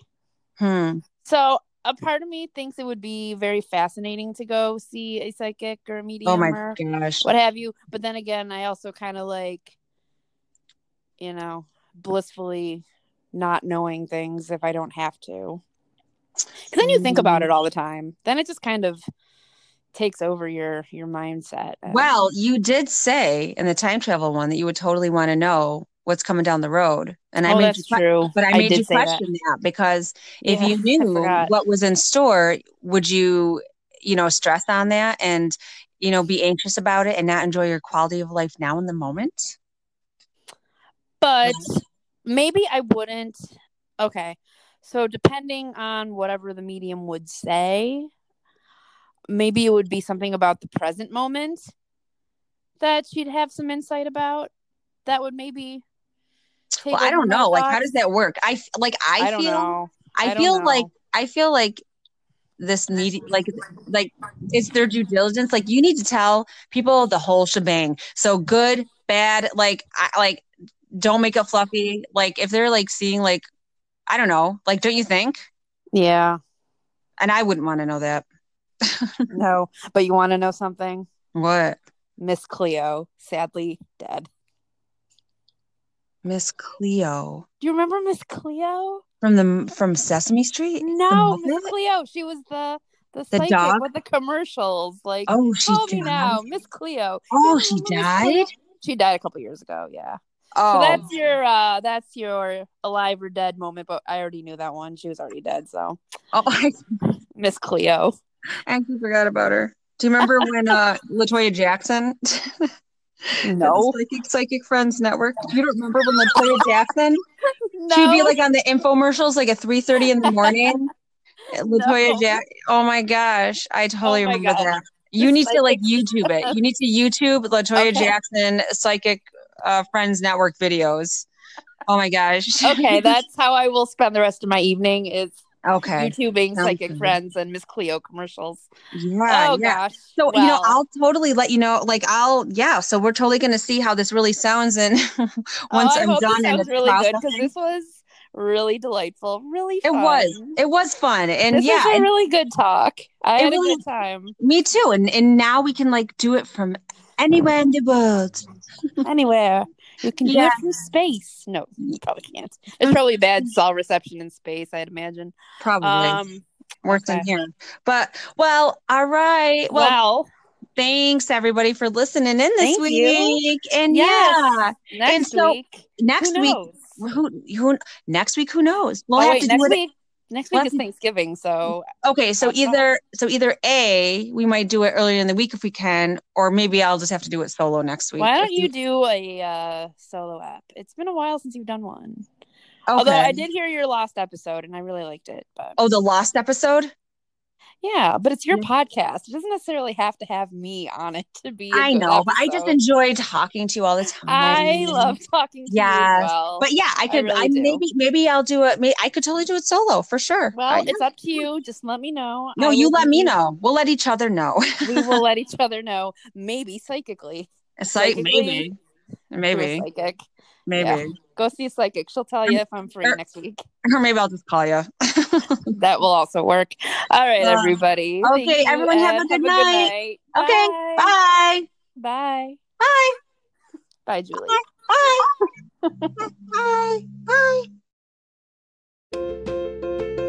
Speaker 1: Hmm.
Speaker 2: So a part of me thinks it would be very fascinating to go see a psychic or a medium
Speaker 1: Oh my
Speaker 2: or
Speaker 1: gosh.
Speaker 2: what have you. But then again, I also kind of like, you know, blissfully not knowing things if I don't have to. 'Cause then you think about it
Speaker 1: Mm.
Speaker 2: all the time. Then it just kind of takes over your your mindset. and-
Speaker 1: Well, you did say in the time travel one that you would totally want to know what's coming down the road, and I
Speaker 2: oh,
Speaker 1: made you
Speaker 2: that's
Speaker 1: que-
Speaker 2: true.
Speaker 1: but I made
Speaker 2: did
Speaker 1: you
Speaker 2: say that.
Speaker 1: question that because if
Speaker 2: Yeah,
Speaker 1: you
Speaker 2: I
Speaker 1: knew
Speaker 2: forgot.
Speaker 1: what was in store would you you know stress on that and you know be anxious about it and not enjoy your quality of life now in the moment
Speaker 2: but maybe I wouldn't. Okay. So depending on whatever the medium would say, maybe it would be something about the present moment that she'd have some insight about that would maybe take
Speaker 1: well i
Speaker 2: over
Speaker 1: don't
Speaker 2: my
Speaker 1: know like how
Speaker 2: thoughts.
Speaker 1: does that work i f- like i,
Speaker 2: I, don't
Speaker 1: feel
Speaker 2: know.
Speaker 1: i,
Speaker 2: I don't
Speaker 1: feel
Speaker 2: know.
Speaker 1: like i feel like this need like like it's their due diligence like you need to tell people the whole shebang so good bad like I, like don't make it fluffy like if they're like seeing like i don't know like don't you think *laughs*
Speaker 2: Yeah.
Speaker 1: and i wouldn't want to know that
Speaker 2: No. But you want to know something?
Speaker 1: what
Speaker 2: Miss Cleo, sadly dead.
Speaker 1: Miss Cleo
Speaker 2: Do you remember Miss Cleo?
Speaker 1: from the from Sesame Street.
Speaker 2: No,
Speaker 1: The
Speaker 2: Miss
Speaker 1: what?
Speaker 2: Cleo. She was the the,
Speaker 1: The
Speaker 2: psychic
Speaker 1: dog?
Speaker 2: with the commercials. Like,
Speaker 1: Oh, she
Speaker 2: call me
Speaker 1: died.
Speaker 2: now, Miss Cleo.
Speaker 1: Oh,
Speaker 2: You
Speaker 1: she
Speaker 2: remember Miss Cleo?
Speaker 1: died.
Speaker 2: She died a couple years ago. Yeah. So
Speaker 1: Oh,
Speaker 2: that's your uh that's your alive or dead moment. But I already knew that one. She was already dead. So
Speaker 1: oh, I *laughs*
Speaker 2: Miss Cleo.
Speaker 1: actually forgot about her. Do you remember when
Speaker 2: *laughs*
Speaker 1: uh Latoya Jackson? *laughs*
Speaker 2: No.
Speaker 1: psychic, psychic Friends Network. You don't remember when Latoya Jackson?
Speaker 2: *laughs* No.
Speaker 1: She'd be like *laughs* on the infomercials, like at three thirty
Speaker 2: *laughs*
Speaker 1: in the morning. Latoya
Speaker 2: No.
Speaker 1: Jack. Oh my gosh, I totally
Speaker 2: Oh my
Speaker 1: remember
Speaker 2: God.
Speaker 1: that. You
Speaker 2: The
Speaker 1: need to like
Speaker 2: psychic-
Speaker 1: YouTube it. You need to YouTube Latoya
Speaker 2: Okay.
Speaker 1: Jackson psychic uh, friends network videos. Oh my gosh.
Speaker 2: Okay, that's how I will spend the rest of my evening is
Speaker 1: okay.
Speaker 2: YouTubing
Speaker 1: Sounds
Speaker 2: psychic
Speaker 1: good.
Speaker 2: friends and Miss Cleo commercials.
Speaker 1: Yeah.
Speaker 2: oh
Speaker 1: yeah.
Speaker 2: gosh.
Speaker 1: So you know,
Speaker 2: Well,
Speaker 1: I'll totally let you know. Like I'll, yeah. So we're totally gonna see how this really sounds, and *laughs* once
Speaker 2: oh, I
Speaker 1: I'm
Speaker 2: hope
Speaker 1: done,
Speaker 2: this
Speaker 1: and
Speaker 2: sounds
Speaker 1: it's
Speaker 2: really good because
Speaker 1: processing-
Speaker 2: this was really delightful, really
Speaker 1: it
Speaker 2: fun.
Speaker 1: was, it was fun, and
Speaker 2: this
Speaker 1: yeah,
Speaker 2: was a
Speaker 1: and
Speaker 2: really good talk. I
Speaker 1: It
Speaker 2: had
Speaker 1: really-
Speaker 2: a good time.
Speaker 1: me too. And and now we can like do it from anywhere in the world.
Speaker 2: Anywhere you can do
Speaker 1: Yeah.
Speaker 2: it from space. No, you probably can't. It's probably bad cell reception in space, I'd imagine.
Speaker 1: Probably
Speaker 2: Um,
Speaker 1: worse than
Speaker 2: okay.
Speaker 1: here, but well, all right. Well,
Speaker 2: well,
Speaker 1: thanks everybody for listening in this
Speaker 2: Thank you.
Speaker 1: week, and
Speaker 2: Yes.
Speaker 1: yeah,
Speaker 2: next
Speaker 1: so,
Speaker 2: week.
Speaker 1: next
Speaker 2: who
Speaker 1: week
Speaker 2: knows?
Speaker 1: who, who next week? Who knows? We'll
Speaker 2: oh,
Speaker 1: have
Speaker 2: wait,
Speaker 1: to
Speaker 2: next
Speaker 1: do it.
Speaker 2: week. Next week
Speaker 1: Well,
Speaker 2: is Thanksgiving, so
Speaker 1: Okay, so
Speaker 2: That's fine.
Speaker 1: either so either a we might do it earlier in the week if we can, or maybe I'll just have to do it solo next week.
Speaker 2: why
Speaker 1: if
Speaker 2: don't you do a uh, solo app? It's been a while since you've done one.
Speaker 1: Okay.
Speaker 2: Although I did hear your last episode and I really liked it, but
Speaker 1: Oh, the lost episode.
Speaker 2: yeah, but it's your
Speaker 1: Yeah.
Speaker 2: podcast. It doesn't necessarily have to have me on it to be. a
Speaker 1: I
Speaker 2: good
Speaker 1: know, but I just
Speaker 2: episode.
Speaker 1: enjoy talking to you all the time.
Speaker 2: I love talking to you as
Speaker 1: Yes,
Speaker 2: well.
Speaker 1: But yeah, I could. I,
Speaker 2: really do.
Speaker 1: maybe maybe I'll do it. May, I could totally do it solo for sure.
Speaker 2: well,
Speaker 1: I-
Speaker 2: it's up to you. Just let me know.
Speaker 1: no,
Speaker 2: I
Speaker 1: you
Speaker 2: will
Speaker 1: let
Speaker 2: be-
Speaker 1: me know. We'll let each other know.
Speaker 2: *laughs*
Speaker 1: *laughs*
Speaker 2: we will let each other know, maybe psychically.
Speaker 1: It's like
Speaker 2: Psychically,
Speaker 1: maybe,
Speaker 2: You're a
Speaker 1: maybe,
Speaker 2: psychic.
Speaker 1: maybe,
Speaker 2: Go see a psychic. She'll tell you if I'm free
Speaker 1: Er-
Speaker 2: next week.
Speaker 1: *laughs* or maybe I'll just call you.
Speaker 2: That will also work. All right,
Speaker 1: Uh,
Speaker 2: everybody. Thank
Speaker 1: okay,
Speaker 2: you,
Speaker 1: everyone have a
Speaker 2: and
Speaker 1: good night. Okay,
Speaker 2: Bye.
Speaker 1: Bye.
Speaker 2: Bye.
Speaker 1: Bye.
Speaker 2: Bye, Julie.
Speaker 1: Bye.
Speaker 2: *laughs*
Speaker 1: Bye. Bye.